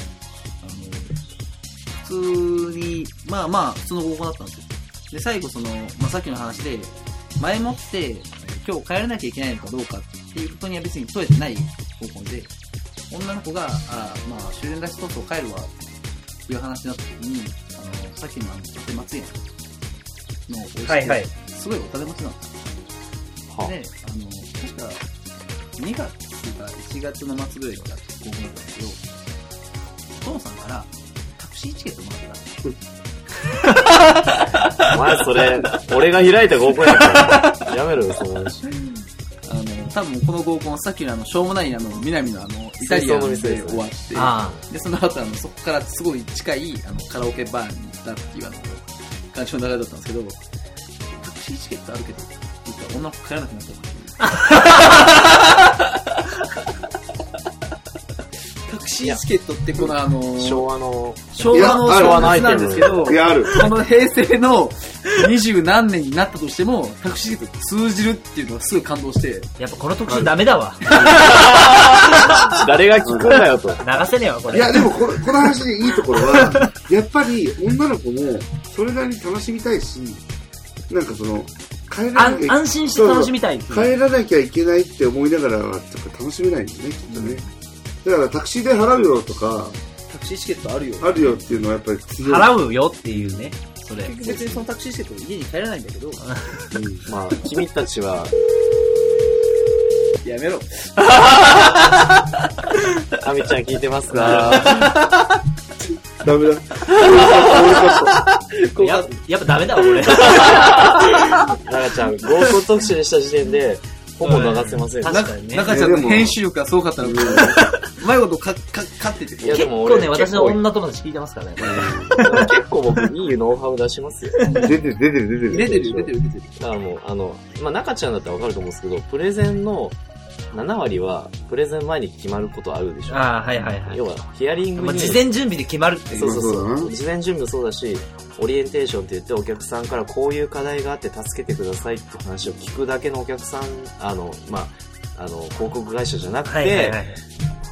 Speaker 5: あの、普通に、まあまあ、普通の合コンだったんですよ。で、最後その、まあさっきの話で、前もって今日帰らなきゃいけないのかどうかっていうことには別に問えてない合コンで、女の子が、あまあ終電出しとうとう帰るわ、っていう話になった時に、あの、さっきのあの、立て松屋の美味しい
Speaker 2: い。
Speaker 5: すごいお金持ちなんですよ。
Speaker 1: は
Speaker 5: で、あの、確か、2月か1月の末ぐらいから合コンだったんですけど、トンさんからタクシーチケットもらってたんですよ
Speaker 1: お前それ、俺が開いた合コンやから。やめろよ、その話。
Speaker 5: あの、多分この合コンはさっきのあの、しょうもないあの、南のあの、イタリアンで終わって、
Speaker 2: あ
Speaker 5: で、その後あの、そこからすごい近いあの、カラオケバーに行ったっていうあの、感じの流れだったんですけど、タクシーチケットあるけど、って言ったら女の子帰らなくなっちゃった っていう。タクシーチケットってこのあの、
Speaker 1: 昭和の、
Speaker 5: 昭和の
Speaker 7: いや
Speaker 5: 昭和のアイテムなんですけど、
Speaker 7: いや、ある。
Speaker 5: この平成の二十何年になったとしても、タクシーチケット通じるっていうのがすごい感動して、
Speaker 2: あ。やっぱこの特集ダメだわ。
Speaker 1: 誰が聞くんだよと。
Speaker 2: 流せねえわ、こ
Speaker 7: い
Speaker 2: れ。
Speaker 7: や、でもこの、この話でいいところは、 やっぱり女の子もそれなりに楽しみたいし、なんかその、帰ら
Speaker 2: あ
Speaker 7: なき
Speaker 2: ん
Speaker 7: ゃい
Speaker 2: 安心して楽しみたいですね。
Speaker 7: 帰らなきゃいけないって思いながらはやっぱ楽しめないんだね、きっとね。だからタクシーで払うよとか、
Speaker 5: タクシーチケットあるよ。
Speaker 7: あるよっていうのはやっぱり必要。
Speaker 2: 払うよっていうね、それ。
Speaker 5: 結局別にそのタクシーチケット家に帰らないんだけど、
Speaker 1: まあ、君たちは、
Speaker 5: やめろ。
Speaker 1: アミちゃん聞いてますか
Speaker 7: ダメだ。
Speaker 2: ややっぱダメだわ、俺。
Speaker 1: ながちゃん、合コン特集にした時点で、ほぼ流せません。
Speaker 2: 確かにね。
Speaker 5: 中ちゃんの編集力がすごかったの。うまいことか、か、勝って
Speaker 1: い
Speaker 5: て。
Speaker 1: や、
Speaker 2: 結
Speaker 1: でも
Speaker 2: 構
Speaker 1: 俺、
Speaker 2: ね、私
Speaker 1: 結
Speaker 2: の
Speaker 1: 構
Speaker 2: 女友達聞いてますからね。
Speaker 1: 結構僕、いいノウハウ出しますよ。
Speaker 7: 出てる、出てる、出て
Speaker 5: 出
Speaker 7: る。
Speaker 5: てる、出てる、出てる。
Speaker 1: だからもう、あの、まあ、中ちゃんだったらわかると思うんですけど、プレゼンの7割は、プレゼン前に決まることあるでしょ。
Speaker 2: ああ、はいはいはい。
Speaker 1: 要は、ヒアリング
Speaker 2: まあ、
Speaker 1: に、
Speaker 2: 事前準備で決まるってい
Speaker 1: そう
Speaker 2: う。
Speaker 1: そう
Speaker 7: そうだ
Speaker 1: そ
Speaker 7: な
Speaker 1: う。事前準備もそうだし、オリエンテーションって言ってお客さんからこういう課題があって助けてくださいって話を聞くだけのお客さん、あの、まあ、あの、広告会社じゃなくて、
Speaker 2: はいはいはい。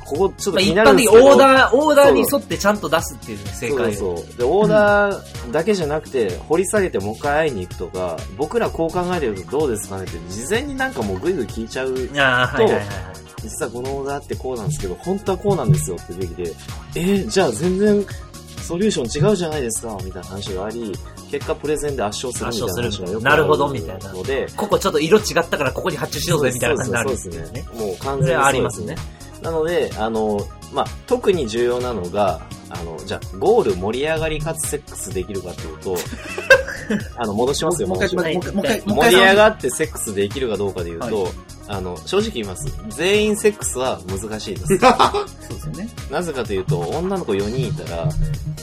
Speaker 1: ここちょっ
Speaker 2: ま
Speaker 1: と
Speaker 2: あ、
Speaker 1: 気
Speaker 2: 一
Speaker 1: になる
Speaker 2: 般
Speaker 1: ん
Speaker 2: 的
Speaker 1: です
Speaker 2: に
Speaker 1: けど、
Speaker 2: オーダー、オーダーに沿ってちゃんと出すっていうね正解
Speaker 1: そう
Speaker 2: を。
Speaker 1: そうそうで、オーダーだけじゃなくて、掘り下げてもう一回会いに行くとか、僕らこう考えてるとどうですかねって、事前になんかもうぐいぐい聞いちゃう、
Speaker 2: ああ、はいはいはいはい。
Speaker 1: 実はこのオーダーってこうなんですけど、本当はこうなんですよって出てきて、えーじゃあ全然、ソリューション違うじゃないですか、みたいな話があり、結果プレゼンで圧勝するみたいな話がよくあ
Speaker 2: 圧勝するなるほどみたいな
Speaker 1: ので、
Speaker 2: ここちょっと色違ったからここに発注しようぜみたいな感じになるんです
Speaker 1: そう
Speaker 2: よ
Speaker 1: です
Speaker 2: ね
Speaker 1: ね。。もう完
Speaker 2: それ
Speaker 1: 全に
Speaker 2: はあり
Speaker 1: そうで
Speaker 2: ますね。
Speaker 1: なので、あの、まあ、特に重要なのが、あの、じゃあ、ゴール盛り上がりかつセックスできるかという と、あの、戻しますよ、
Speaker 5: もう
Speaker 1: 戻
Speaker 5: 一
Speaker 1: し
Speaker 5: 回、
Speaker 1: ま
Speaker 5: も
Speaker 1: す
Speaker 5: う一回、もう一回、もう
Speaker 1: 盛
Speaker 5: 一
Speaker 1: り上
Speaker 5: 回。
Speaker 1: がってセックスできるかどうかで言うと、あの、正直言います。全員セックスは難しいです。
Speaker 5: そうですよね。
Speaker 1: なぜかというと、女の子4人いたら、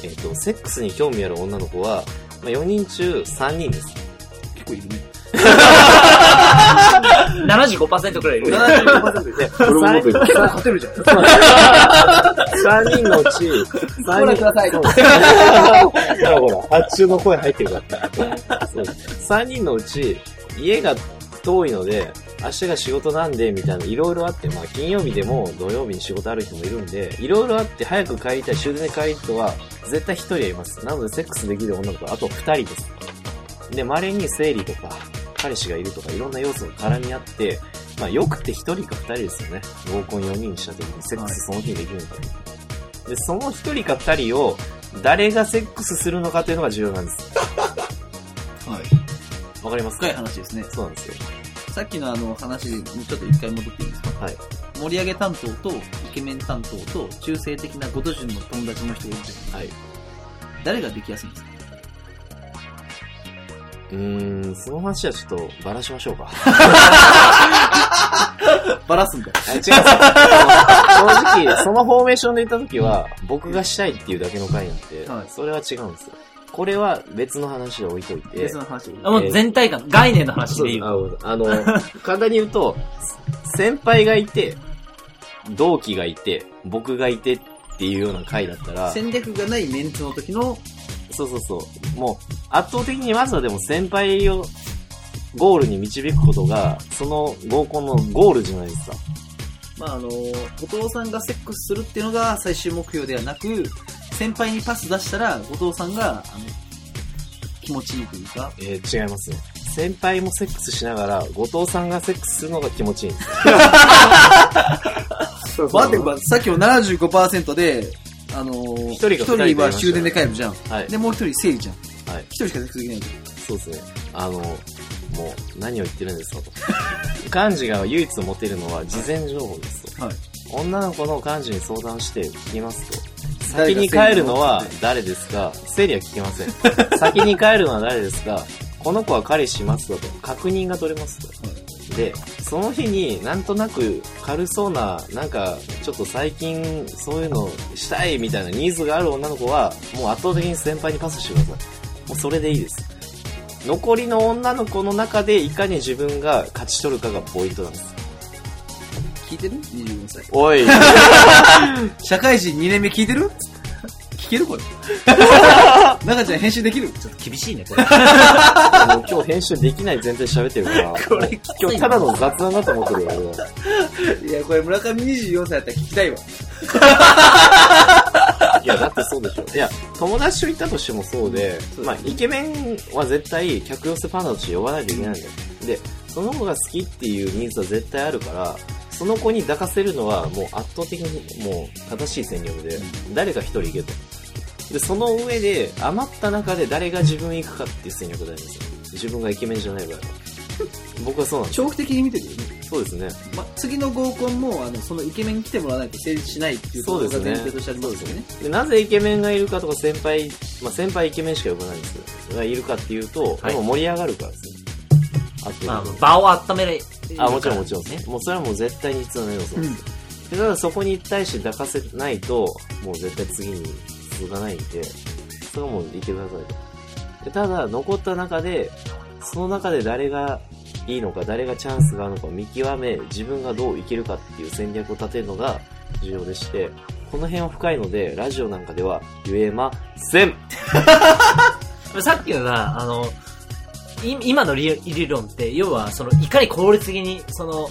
Speaker 1: えっと、セックスに興味ある女の子は、まあ、4人中3人です。
Speaker 5: 結構いるね。
Speaker 2: 75%くらいいる。
Speaker 1: で、
Speaker 7: 俺も持ってる。
Speaker 5: 結構勝てるじゃん。
Speaker 1: 3人のうち、
Speaker 5: ご覧ください
Speaker 1: そう ほらほら、発注の声入ってるから。そう3人のうち、家が遠いので、明日が仕事なんで、みたいな、いろいろあって、まあ、金曜日でも土曜日に仕事ある人もいるんで、いろいろあって、早く帰りたい、終電で帰りとは、絶対1人はいます。なので、セックスできる女の子は、あと2人です。で、稀に生理とか、彼氏がいるとか、いろんな要素が絡み合って、まあ、よくて1人か2人ですよね。合コン4人した時に、セックスその日にできるのかと。で、その一人か二人を、誰がセックスするのかというのが重要なんです。
Speaker 5: はい。
Speaker 1: わかりますか
Speaker 5: 深い話ですね。
Speaker 1: そうなんですよ。
Speaker 5: さっきのあの話にちょっと一回戻っていいですか
Speaker 1: はい。
Speaker 5: 盛り上げ担当と、イケメン担当と、中性的なごと順の友達の人がいるじゃ
Speaker 1: はい。
Speaker 5: ん誰ができやすいんですか
Speaker 1: うーん、その話はちょっと、ばらしましょうか。
Speaker 5: バラすんだよ。
Speaker 1: あ違うんですよあの正直、そのフォーメーションで言った時は、僕がしたいっていうだけの回なんで、
Speaker 5: はい
Speaker 1: それは違うんですよ。これは別の話で置いといて。
Speaker 5: 別の話。
Speaker 2: あもう全体感、概念の話でいいよ。
Speaker 1: そうあの、簡単に言うと、先輩がいて、同期がいて、僕がいてっていうような回だったら、
Speaker 5: 戦略がないメンツの時の、
Speaker 1: そうそうそう。もう、圧倒的にまずはでも先輩をゴールに導くことが、その合コンのゴールじゃないですか。
Speaker 5: まああの、後藤さんがセックスするっていうのが最終目標ではなく、先輩にパス出したら、後藤さんが、あの、気持ちいいというか、
Speaker 1: えー、違いますね。先輩もセックスしながら、後藤さんがセックスするのが気持ちいいんです。
Speaker 7: そうそう
Speaker 5: 待ってば、さっきの75%で、あのー、
Speaker 1: 人が二人で
Speaker 5: 一人は終電で帰るじゃん。
Speaker 1: はい。
Speaker 5: で、もう一人生理じゃん。
Speaker 1: はい
Speaker 5: 一人しかセックスできないじ
Speaker 1: そうですね。あの、もう、何を言ってるんですかと。幹事が唯一持てるのは事前情報ですと。
Speaker 5: はい
Speaker 1: 女の子の幹事に相談して聞きますと。
Speaker 5: 誰
Speaker 1: 先
Speaker 5: が
Speaker 1: に帰るのは誰ですか整理は聞けません。先に帰るのは誰ですかこの子は彼氏いますかと。確認が取れますと。で、その日になんとなく軽そうな、なんかちょっと最近そういうのしたいみたいなニーズがある女の子は、もう圧倒的に先輩にパスしてください。もうそれでいいです。残りの女の子の中でいかに自分が勝ち取るかがポイントなんです。
Speaker 5: ゃん。聞いてる ?24 歳。
Speaker 1: お い
Speaker 5: 社会人2年目聞いてる聞け るこれ。中ちゃん編集できるちょっ
Speaker 2: 厳しいね、これ。
Speaker 1: あの今日編集できない前提で喋ってる から、今日ただの雑談だと思ってるよ、俺は。
Speaker 5: と。いや、これ村上24歳だったら聞きたいわ。
Speaker 1: いや、だってそうでしょ。いや、友達と行ったとしてもそうで、
Speaker 5: うん
Speaker 1: まあ、イケメンは絶対客寄せパンダとして呼ばないといけないんだよ。で、その子が好きっていうニーズは絶対あるから、その子に抱かせるのはもう圧倒的にもう正しい戦略で、誰か一人行けと。で、その上で余った中で誰が自分行くかっていう戦略だよね。自分がイケメンじゃない場合は。僕はそうなんです。
Speaker 5: 長期的に見てるよね。
Speaker 1: そうですね。
Speaker 5: ま、次の合コンも、あの、そのイケメンに来てもらわないと成立しないっていうことが前提としてありますよね。
Speaker 1: でなぜイケメンがいるかとか先輩、まあ、先輩イケメンしか呼ばないんですけどがいるかっていうと、
Speaker 2: はい
Speaker 1: でも盛り上がるからですねあと、
Speaker 2: まあ、場を温める。
Speaker 1: あもちろんもちろんねもうそれはもう絶対に必要な要素なんですよ、でただそこに対して抱かせないともう絶対次に続かないんでそれはもう言ってくださいとでただ残った中でその中で誰がいいのか誰がチャンスがあるのかを見極め自分がどういけるかっていう戦略を立てるのが重要でしてこの辺は深いのでラジオなんかでは言えません
Speaker 2: さっきのな、あの、い今の理理論って、要は、その、いかに効率的に、その、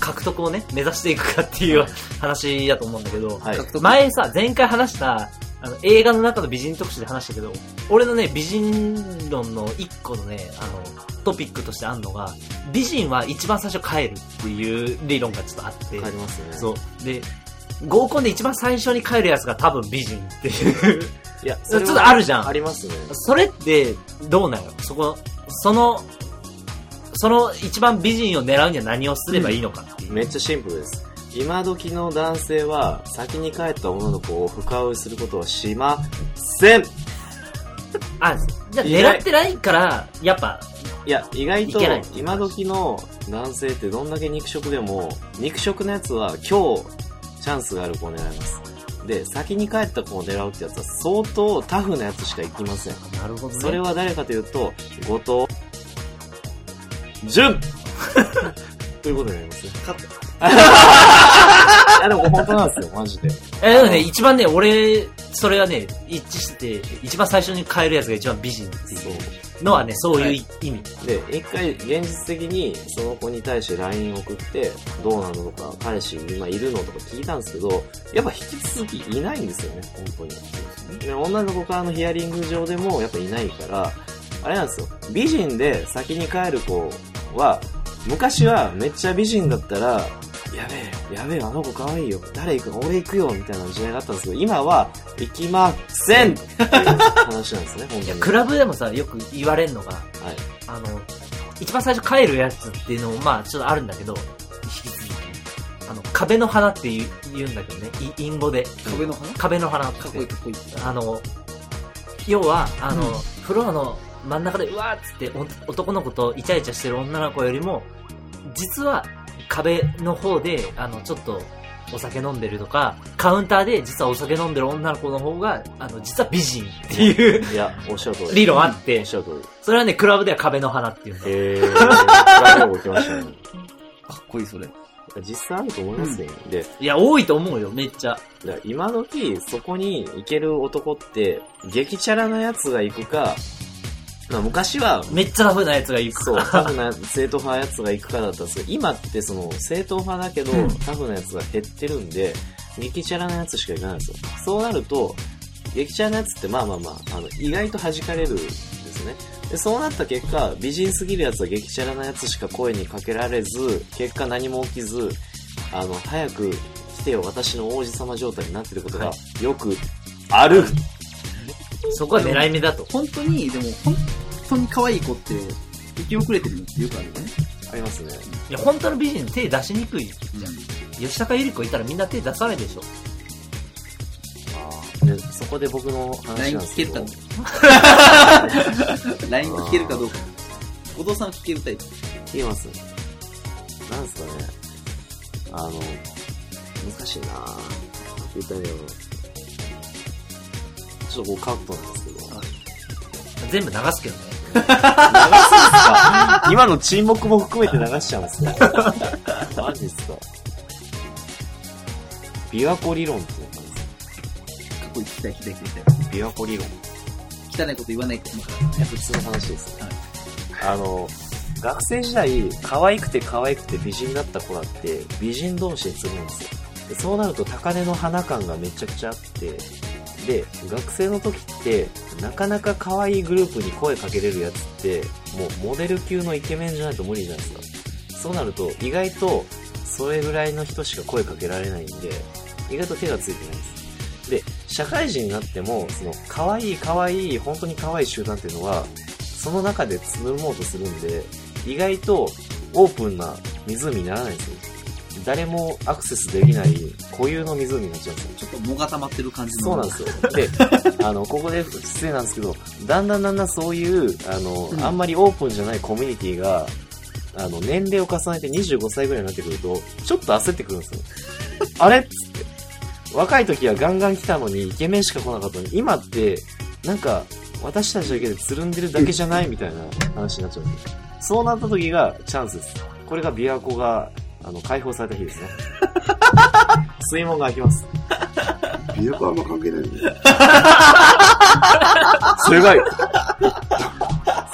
Speaker 2: 獲得をね、目指していくかっていう話だと思うんだけど、
Speaker 1: はい
Speaker 2: 前さ、前回話した、あの、映画の中の美人特集で話したけど、俺のね、美人論の一個のね、あの、トピックとしてあるのが、美人は一番最初帰るっていう理論がちょっとあって、
Speaker 1: 帰りますね
Speaker 2: そう。で、合コンで一番最初に帰るやつが多分美人って いう。
Speaker 1: いや
Speaker 2: ちょっとあるじゃん
Speaker 1: ありますね
Speaker 2: それって、どうなのそこ、その、その一番美人を狙うには何をすればいいのかっていう。
Speaker 1: めっちゃシンプルです。今時の男性は先に帰った女の子を深追いすることはしません
Speaker 2: あ、じゃあ
Speaker 1: いない
Speaker 2: 狙ってないから、やっぱ、
Speaker 1: いや、意外と
Speaker 2: いけない
Speaker 1: 今時の男性ってどんだけ肉食でも、肉食のやつは今日チャンスがある子を狙います。で、先に帰った子を狙うってやつは相当タフなやつしか行きません。
Speaker 2: なるほどね。
Speaker 1: それは誰かというと、後藤、 淳ということになりますね。 いや、でも本当なんですよ、マジで。
Speaker 2: え、でもね、一番ね、俺、それはね、一致してて、一番最初に変えるやつが一番美人ってい
Speaker 1: そう。
Speaker 2: うのはね、そういう
Speaker 1: はい
Speaker 2: 意味。
Speaker 1: で、一回現実的にその子に対して LINE 送って、どうなのとか、彼氏今いるのとか聞いたんですけど、やっぱ引き続きいないんですよね、本当に。で、女の子からのヒアリング上でもやっぱいないから、あれなんですよ、美人で先に帰る子は、昔はめっちゃ美人だったら、やべえ、やべえ、あの子可愛いよ。誰行く俺行くよ、みたいな時代があったんですけど、今は、行きませんっていう話なんですね、本
Speaker 2: い
Speaker 1: 当
Speaker 2: や、
Speaker 1: に。
Speaker 2: クラブでもさ、よく言われるのが、
Speaker 1: はい
Speaker 2: あの、一番最初帰るやつっていうのも、まあ、ちょっとあるんだけど、引き続き。あの、壁の花って言う言うんだけどね、い隠語で。
Speaker 5: 壁の花か
Speaker 2: 壁の花って。
Speaker 5: っこいいかっこいい。
Speaker 2: あの、要は、あの、フロアの真ん中で、うわーっつってお男の子とイチャイチャしてる女の子よりも、実は壁の方で、あの、ちょっと、お酒飲んでるとか、カウンターで実はお酒飲んでる女の子の方が、あの、実は美人っていう
Speaker 1: いや、おっしゃる通り。
Speaker 2: 理論あっ
Speaker 1: お
Speaker 2: て
Speaker 1: っ、しゃる通り。
Speaker 2: それはね、クラブでは壁の花っていうんだ。
Speaker 1: へえー、ラジオ起きましたね。
Speaker 5: かっこいい、それ。
Speaker 1: 実際あると思いますね。で、
Speaker 2: いや、多いと思うよ、めっちゃ。
Speaker 1: だから今時、そこに行ける男って、激チャラなやつが行くか、まあ昔は、
Speaker 2: めっちゃラフなやつが行く。
Speaker 1: そう、タフな、正統派なやつが行くかだったんですけど、今ってその、正統派だけど、タフなやつが減ってるんで、激チャラなやつしか行かないんですよ。そうなると、激チャラなやつってまあまあまあ、あの、意外と弾かれるんですね。で、そうなった結果、美人すぎるやつは激チャラなやつしか声にかけられず、結果何も起きず、あの、早く来てよ、私の王子様状態になってることが、よくある。
Speaker 2: そこは狙い目だと。
Speaker 5: 本当に、でも、本当に可愛い子って、生き遅れてるのってよくあるよね。
Speaker 1: ありますね。
Speaker 2: いや、本当の美人手出しにくいじゃん。吉高由里子いたらみんな手出さないでしょ。
Speaker 1: で、そこで僕の話なん
Speaker 5: LINE
Speaker 1: です
Speaker 5: 聞
Speaker 1: け
Speaker 5: けるか
Speaker 1: ど
Speaker 5: ど。 うか。LINE 聞けるかどうか。お父さんは聞けるタイプ。
Speaker 1: 言えますなんですかねあの難しいなぁ言ったらいいのちょっとこうカットなんですけど
Speaker 2: 全部流すけどね。
Speaker 1: 今の沈黙も含めて流しちゃうん ですねマジっすか琵琶湖理論ってやったんですよ
Speaker 5: かっこいい、聞きたい、聞きたい、聞きたい。
Speaker 1: 琵琶湖理論
Speaker 5: 汚いこと言わないから。
Speaker 1: いや普通の話です、あの学生時代可愛くて可愛くて美人だった子だって美人同士にするんですよでそうなると高嶺の花感がめちゃくちゃあってで、学生の時って、なかなか可愛いグループに声かけれるやつって、もうモデル級のイケメンじゃないと無理じゃないですか。そうなると、意外と、それぐらいの人しか声かけられないんで、意外と手がついてないです。で、社会人になっても、その、可愛い可愛い、本当に可愛い集団っていうのは、その中でつむもうとするんで、意外とオープンな湖にならないんですよ。誰もアクセスできない固有の湖になっちゃうんですよ。
Speaker 5: ちょっと藻が溜まってる感じの。
Speaker 1: そうなんですよ。で、 あの、ここで失礼なんですけど、だんだんだんだんそういう、あの、あんまりオープンじゃないコミュニティが、あの、年齢を重ねて25歳ぐらいになってくると、ちょっと焦ってくるんです よ。あれっつって。若い時はガンガン来たのに、イケメンしか来なかったのに、今って、なんか、私たちだけでつるんでるだけじゃないみたいな話になっちゃうんですよ。そうなった時がチャンスです。これが琵琶湖が、あの、解放された日 ですね。水門が開きます。
Speaker 7: 琵琶湖あんま関係ないんだよ。
Speaker 1: 正解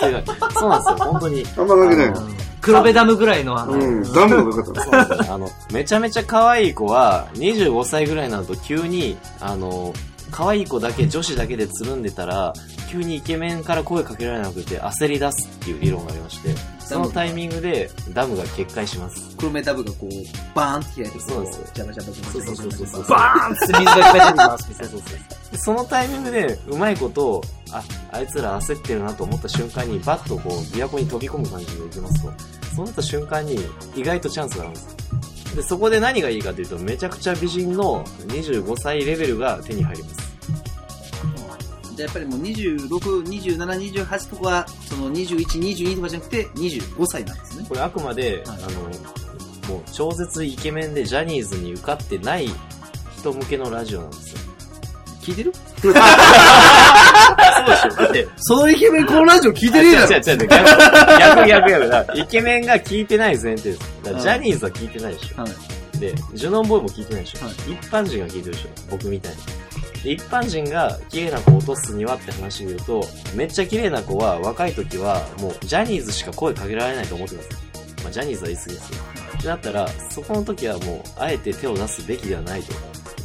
Speaker 1: 正解そうなんですよ、本当に。
Speaker 7: あんま関係ないよ。
Speaker 2: 黒部ダムぐらいのあの、
Speaker 7: うん、ダムの方。
Speaker 1: そうなんですよあの、めちゃめちゃ可愛い子は、25歳ぐらいになると急に、あの、可愛い子だけ、女子だけでつるんでたら、急にイケメンから声かけられなくて焦り出すっていう理論がありまして、そのタイミングでダムが決壊します。
Speaker 5: 黒目ダブがこう、バーンって開いて、
Speaker 1: そうなんですよ
Speaker 5: ジャバジャバジャ
Speaker 1: そ
Speaker 5: バ
Speaker 1: う
Speaker 5: ジ
Speaker 1: そう
Speaker 5: ャ
Speaker 1: そう
Speaker 5: バジ
Speaker 1: そう
Speaker 5: ャバ
Speaker 1: そう。
Speaker 2: バーンって水がいっぱい出てきます。
Speaker 1: そうそうそうそのタイミングで、うまいことを、あ、あいつら焦ってるなと思った瞬間に、バッとこう、琵琶湖に飛び込む感じで行きますと、そうなった瞬間に、意外とチャンスがあるんです。で、そこで何がいいかというと、めちゃくちゃ美人の25歳レベルが手に入ります。
Speaker 5: じゃあやっぱりもう26、27、28とかは、その21、22とかじゃなくて、25歳なんですね。
Speaker 1: これあくまで、
Speaker 5: はい
Speaker 1: あの、もう超絶イケメンでジャニーズに受かってない人向けのラジオなんですよ。
Speaker 5: 聞いてる
Speaker 1: そうでしょだって、
Speaker 5: そのイケメンこのラジオ聞いてねえだろ
Speaker 1: 違う違う違う、逆、逆、逆、逆だから。イケメンが聞いてない前提です。だから
Speaker 5: はい
Speaker 1: ジャニーズは聞いてないでしょ。
Speaker 5: は
Speaker 1: で、ジュノンボーイも聞いてないでしょ。
Speaker 5: はい
Speaker 1: 一般人が聞いてるでしょ。僕みたいに。で一般人が綺麗な子を落とすにはって話で言うと、めっちゃ綺麗な子は若い時はもうジャニーズしか声かけられないと思ってます。まあジャニーズは言い過ぎですよ。ってなったら、そこの時はもう、あえて手を出すべきではないと。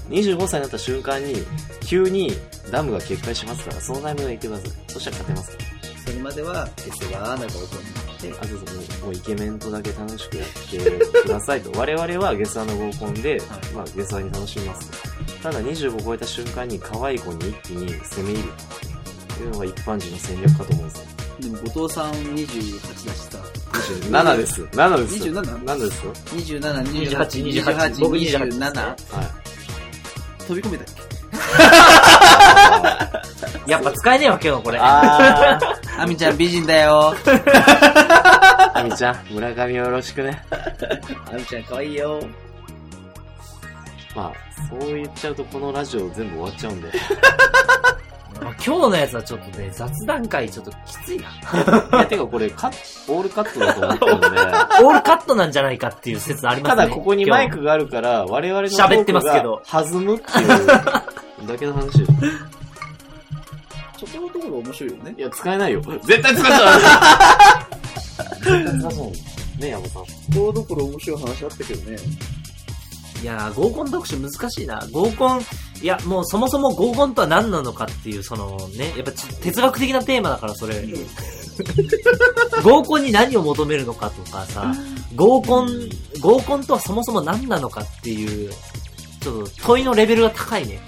Speaker 1: 25歳になった瞬間に、急にダムが決壊しますから、そのタイミングで言ってください。そしたら勝てます。
Speaker 5: それまでは、エセは仲良くなって、
Speaker 1: あとそのもうイケメンとだけ楽しくやってくださいと。我々はゲスアの合コンで、
Speaker 5: はい
Speaker 1: まあゲスアに楽しみますと。ただ25超えた瞬間に可愛い子に一気に攻め入るというのが一般人の戦略かと思うんですよ。
Speaker 5: でも後藤さん28だしさ、
Speaker 1: 7です。7です。
Speaker 5: 27
Speaker 1: 7ですよ。
Speaker 5: 27、
Speaker 2: 28 28
Speaker 5: 28、28、
Speaker 2: 27
Speaker 5: 27、
Speaker 1: はい。
Speaker 5: 飛び込めたっ
Speaker 2: やっぱ使えねえわ、今日これ。
Speaker 1: あー、
Speaker 5: けアミちゃん美人だよ。
Speaker 1: あみちゃん、村上よろしくね。
Speaker 5: アミちゃん可愛いよ。
Speaker 1: まあ、そう言っちゃうとこのラジオ全部終わっちゃうんで。
Speaker 2: まあ今日のやつはちょっとね、雑談会ちょっときついな。
Speaker 1: いや、てかこれカット、オールカットだと思ってるんで。
Speaker 2: オールカットなんじゃないかっていう説ありま
Speaker 1: た
Speaker 2: すね。
Speaker 1: だここにマイクがあるから、我々の
Speaker 2: 喋ってますけど
Speaker 1: トークが弾む っていうだけの話です。
Speaker 5: ちょっとのところ面白いよね
Speaker 1: い。や、使え ないよ。絶対使っちゃう絶対使っちゃうね、山さん。
Speaker 5: ところどころ面白い話あったけどね。
Speaker 2: いやー、合コン特集難しいな。合コン、いや、もうそもそも合コンとは何なのかっていう、そのね、やっぱちょ哲学的なテーマだから、それ。合コンに何を求めるのかとかさ、合コン、合コンとはそもそも何なのかっていう、ちょっと問いのレベルが高いね。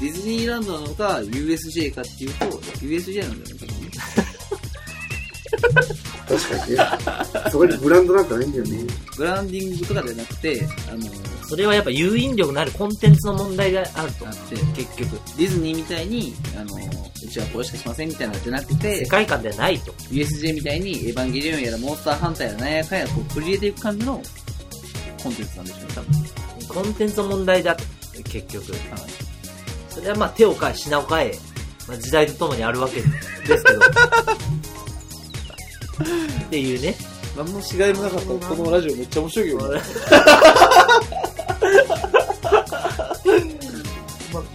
Speaker 5: ディズニーランドなのか、USJ かっていうと、USJ なんだよね。
Speaker 7: 確かにね。そこにブランドなんかないんだよね。
Speaker 5: ブランディングとかじゃなくて、あの、
Speaker 2: それはやっぱ誘引力のあるコンテンツの問題があると
Speaker 5: あ。って、
Speaker 2: 結局、
Speaker 5: ディズニーみたいに、あの、うちはこれしかしませんみたいなのじゃなくて
Speaker 2: 世、界観ではないと。
Speaker 5: USJ みたいにエヴァンゲリオンやらモンスターハンターやらなんやかんやこう取り入れていく感じのコンテンツなんでしょうね、多分。
Speaker 2: コンテンツの問題だと、結局。それはまあ手を変え、品を変え、まあ、時代とともにあるわけですけど。っていうね。
Speaker 5: 何の違いもなかったこのラジオめっちゃ面白いよ。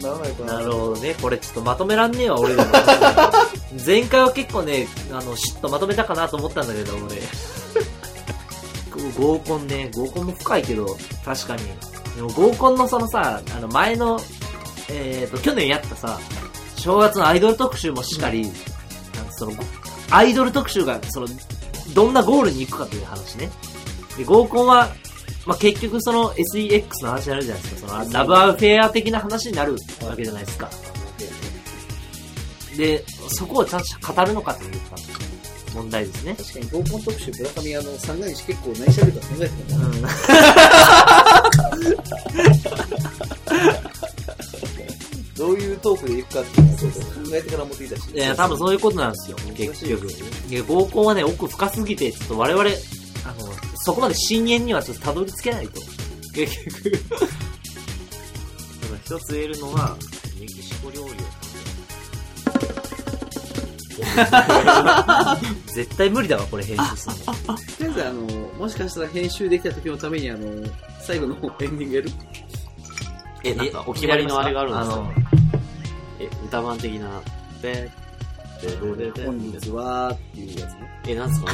Speaker 5: ならないか
Speaker 2: なるほどね。これちょっとまとめらんねえわ、 俺らも。前回は結構ね、あの、シュッとまとめたかなと思ったんだけど、俺。合コンね、合コンも深いけど、確かに。でも合コンのそのさ、あの前のえー、と、去年やったさ、正月のアイドル特集もしかり、なんかその、アイドル特集が、その、どんなゴールに行くかという話ね。で、合コンは、まあ、結局その SEX の話になるじゃないですか。その、ラブアフェア的な話になるわけじゃないですか。で、そこをちゃんと語るのかというか、問題ですね。
Speaker 8: 確かに合コン特集村上あの三が日結構内緒で考えてた
Speaker 2: う
Speaker 8: もん
Speaker 2: ん。
Speaker 8: どういうトークで行くかっていうのを考えてから持ってきたし
Speaker 2: いや、多分そういうことなんですよ、結局。で合コンはね、奥深すぎて、ちょっと我々、あの、そこまで深淵にはちょっとたどり着けないと。結局。ただ一つ言えるのは、メキシコ料理を食べる。絶対無理だわ、これ編集するの。
Speaker 5: とりあえず、あの、もしかしたら編集できた時のために、あの、最後のエンディングやる
Speaker 1: え、なんかお決まりのあれがあるんですか え、歌番的な。で、で、で、で、
Speaker 8: 本日はっていうやつね
Speaker 1: え、なんす か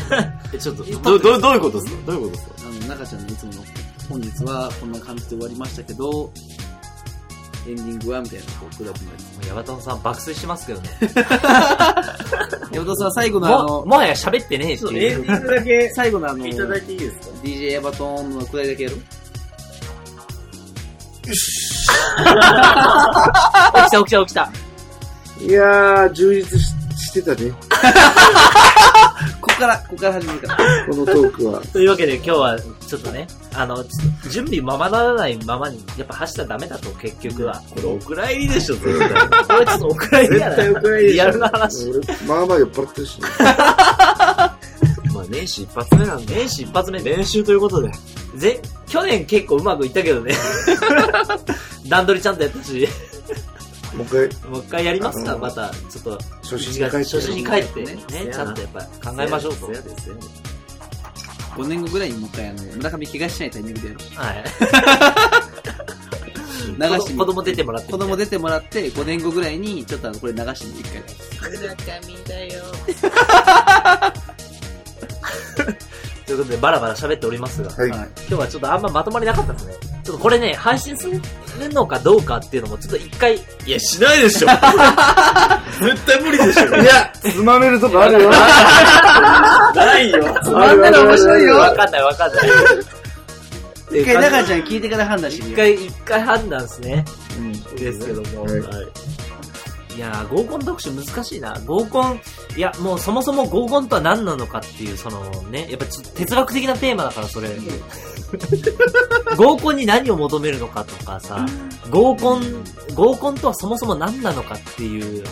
Speaker 1: え、ちょっと、ど、ど、どういうことですかどういうことですか
Speaker 5: あの、中ちゃんのいつもの、本日はこんな感じで終わりましたけど、エンディングはみたいな、こう、くだりま
Speaker 2: もうヤバトンさん爆睡してますけどね。
Speaker 5: で。山田さん、最後のあ
Speaker 2: も、
Speaker 5: の、
Speaker 2: もはや喋ってねえっていう。
Speaker 5: ンディングだけ、最後のあの、
Speaker 1: ていいですか
Speaker 5: DJ ヤバトーンのくだりだけやる
Speaker 2: 起きた起きた起きた。
Speaker 7: いやー、充実ししてたね。
Speaker 5: ここから、ここから始めるから。
Speaker 7: このトークは。
Speaker 2: というわけで今日はちょっとね、あの、ちょっと準備ままならないままに、やっぱ走ったらダメだと、結局は。これお蔵入りでしょ、絶対。これちょっとお蔵入りやな。
Speaker 7: 絶対お蔵入りでしょ
Speaker 2: リアルな話。
Speaker 7: 俺、まあまあ酔っ払ってるしね。
Speaker 1: まあ、年始一発目なんで。
Speaker 2: 年始一発目で。
Speaker 1: 練習ということで。
Speaker 2: ぜ、去年結構うまくいったけどね。段取りちゃんとやったし、
Speaker 7: もう一回、
Speaker 2: もう一回やります
Speaker 7: あ
Speaker 2: か、
Speaker 7: のー
Speaker 2: また。ちょっと、
Speaker 7: 初心に帰って。
Speaker 2: 初心に帰ってね、
Speaker 1: せやな
Speaker 2: ちゃんとやっぱ考えましょうと。
Speaker 1: せやですよね
Speaker 5: 5年後ぐらいにもう一回、あの、村上怪我しないタイミングでやる。
Speaker 2: はい。
Speaker 5: 流
Speaker 2: 子
Speaker 5: しに
Speaker 2: 供子供出てもらって。
Speaker 5: 子供出てもらって、5年後ぐらいに、ちょっとあの、これ流しに一回。
Speaker 2: ということで、バラバラ喋っておりますが。
Speaker 7: はい。
Speaker 5: はい
Speaker 2: 今日はちょっとあんままとまりなかったですね。ちょっとこれね、配信するのかどうかっていうのもちょっと一回、いや、しないで しょ絶対無理でしょ
Speaker 7: いや、つまめるとこあるよ。
Speaker 2: ないよ
Speaker 7: まんなら面白いよ
Speaker 2: わかんないわかんない。
Speaker 5: 一回、中ちゃん聞いてから判断して
Speaker 2: 一
Speaker 5: みよう。
Speaker 2: 回、一回判断ですね。
Speaker 5: うん
Speaker 2: ですけども。
Speaker 7: はい
Speaker 2: はいいやー、合コン特集難しいな。合コン、いや、もうそもそも合コンとは何なのかっていう、そのね、やっぱちょっと哲学的なテーマだから、それ。 合コンに何を求めるのかとかさ、合コン、合コンとはそもそも何なのかっていう、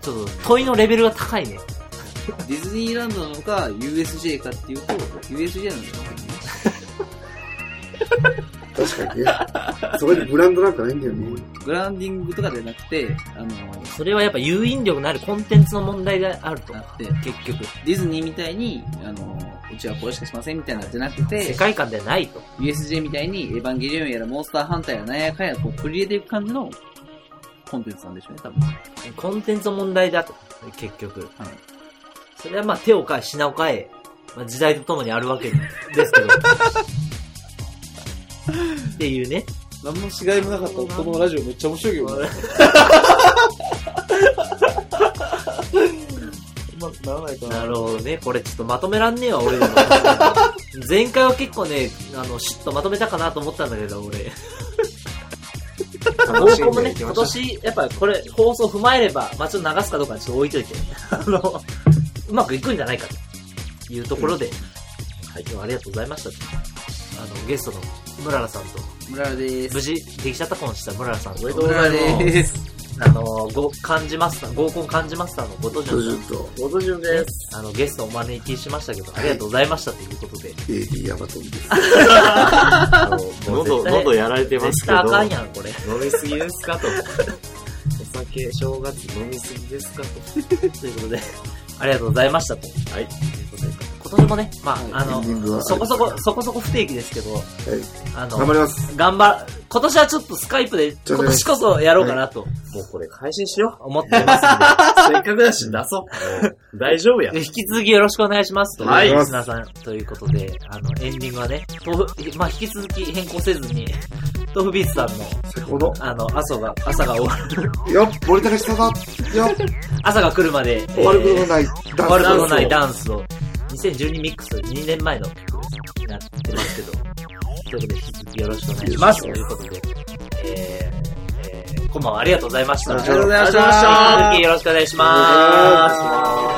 Speaker 2: ちょっと問いのレベルが高いね。
Speaker 5: ディズニーランドなのか、USJ かっていうと、USJ なんだよね。
Speaker 7: 確かにね。そこにブランドなんかないんだよね。
Speaker 5: グラウンディングとかじゃなくて、あの、
Speaker 2: それはやっぱ誘引力のあるコンテンツの問題があると
Speaker 5: あ。って、
Speaker 2: 結局、
Speaker 5: ディズニーみたいに、あの、うちはこれしかしませんみたいなのじゃなく
Speaker 2: 世
Speaker 5: て、
Speaker 2: 界観ではないと。
Speaker 5: USJ みたいに、エヴァンゲリオンやらモンスターハンターやらなんやかんや、こう、取り入れていく感じのコンテンツなんでしょうね、多分。
Speaker 2: コンテンツの問題だと、結局。
Speaker 5: はい
Speaker 2: それはまあ手を変え、品を変え、まあ、時代とともにあるわけです けど。っていうね。
Speaker 8: 何の違いもなかったこのラジオめっちゃ面白いけどなうまくならないか
Speaker 2: なるほどね。これちょっとまとめらんねえ わ、俺でも。前回は結構ね、あの、シュッとまとめたかなと思ったんだけど、俺。
Speaker 7: 楽しん
Speaker 2: 合コンも
Speaker 7: で
Speaker 2: ね
Speaker 7: い、き
Speaker 2: 今
Speaker 7: ましょう。
Speaker 2: 年、やっぱこれ、放送踏まえれば、まあちょっと流すかどうかちょっと置いといて、 あの、うまくいくんじゃないかというところで、はい、今日はありがとうございましたと。あの、ゲストのムララさんと、
Speaker 5: 村田で
Speaker 2: 無
Speaker 5: す。
Speaker 2: 事、できちゃった婚したムララさんと、
Speaker 5: 村田です。
Speaker 2: あの、ご、漢字マスター、合コン漢字マスターのごとじゅんさん、
Speaker 7: ちょっ
Speaker 1: 元順です。
Speaker 2: あの、ゲストをお招きしましたけど、ありがとうございましたということで、
Speaker 7: と、AD ヤバトンです。
Speaker 1: あのもう
Speaker 2: 絶
Speaker 1: 喉、
Speaker 2: 対
Speaker 1: 喉やられてます
Speaker 2: 絶
Speaker 1: け
Speaker 2: 対あかん
Speaker 1: ど、
Speaker 2: やん、これ。
Speaker 1: 飲みすぎですかと。お酒、正月飲みすぎですかと。
Speaker 2: ということで、ありがとうございましたと。
Speaker 1: はい。
Speaker 2: 今年もね、まあ、あ
Speaker 7: エンディング
Speaker 2: の、
Speaker 7: は
Speaker 2: そこそこ、そこそこ不定期ですけど、あの
Speaker 7: 頑、張ります。
Speaker 2: 頑張、今年はちょっとスカイプで、
Speaker 7: ょっとね
Speaker 2: 今年こそやろうかなと
Speaker 1: もうこれ配信しよ
Speaker 2: 思ってま
Speaker 1: う。
Speaker 2: す
Speaker 1: せっかくだし出 そう。大丈夫や
Speaker 2: ので、。引き続きよろしくお願いしますと。
Speaker 1: はい
Speaker 2: リスナーさん。ということで、 あの、エンディングはね、豆腐、まあ、引き続き変更せずに、豆腐ビーツさんの、
Speaker 7: 先この、
Speaker 2: あの、朝が、朝が終わる、
Speaker 7: よっ、森高下だよっ、
Speaker 2: 朝が来るまで、
Speaker 7: 終わることの
Speaker 2: い、
Speaker 7: ない
Speaker 2: 終
Speaker 7: ダ
Speaker 2: わ
Speaker 7: ン
Speaker 2: る
Speaker 7: ス
Speaker 2: ことの
Speaker 7: を
Speaker 2: ないダンスを、2012ミックス2年前の曲になってますけど、ということで引き続きよろしくお願いします。ということで、えー、えー、こんばんはありがとうございました。ありがとうございました。引き続きよろしくお願いします。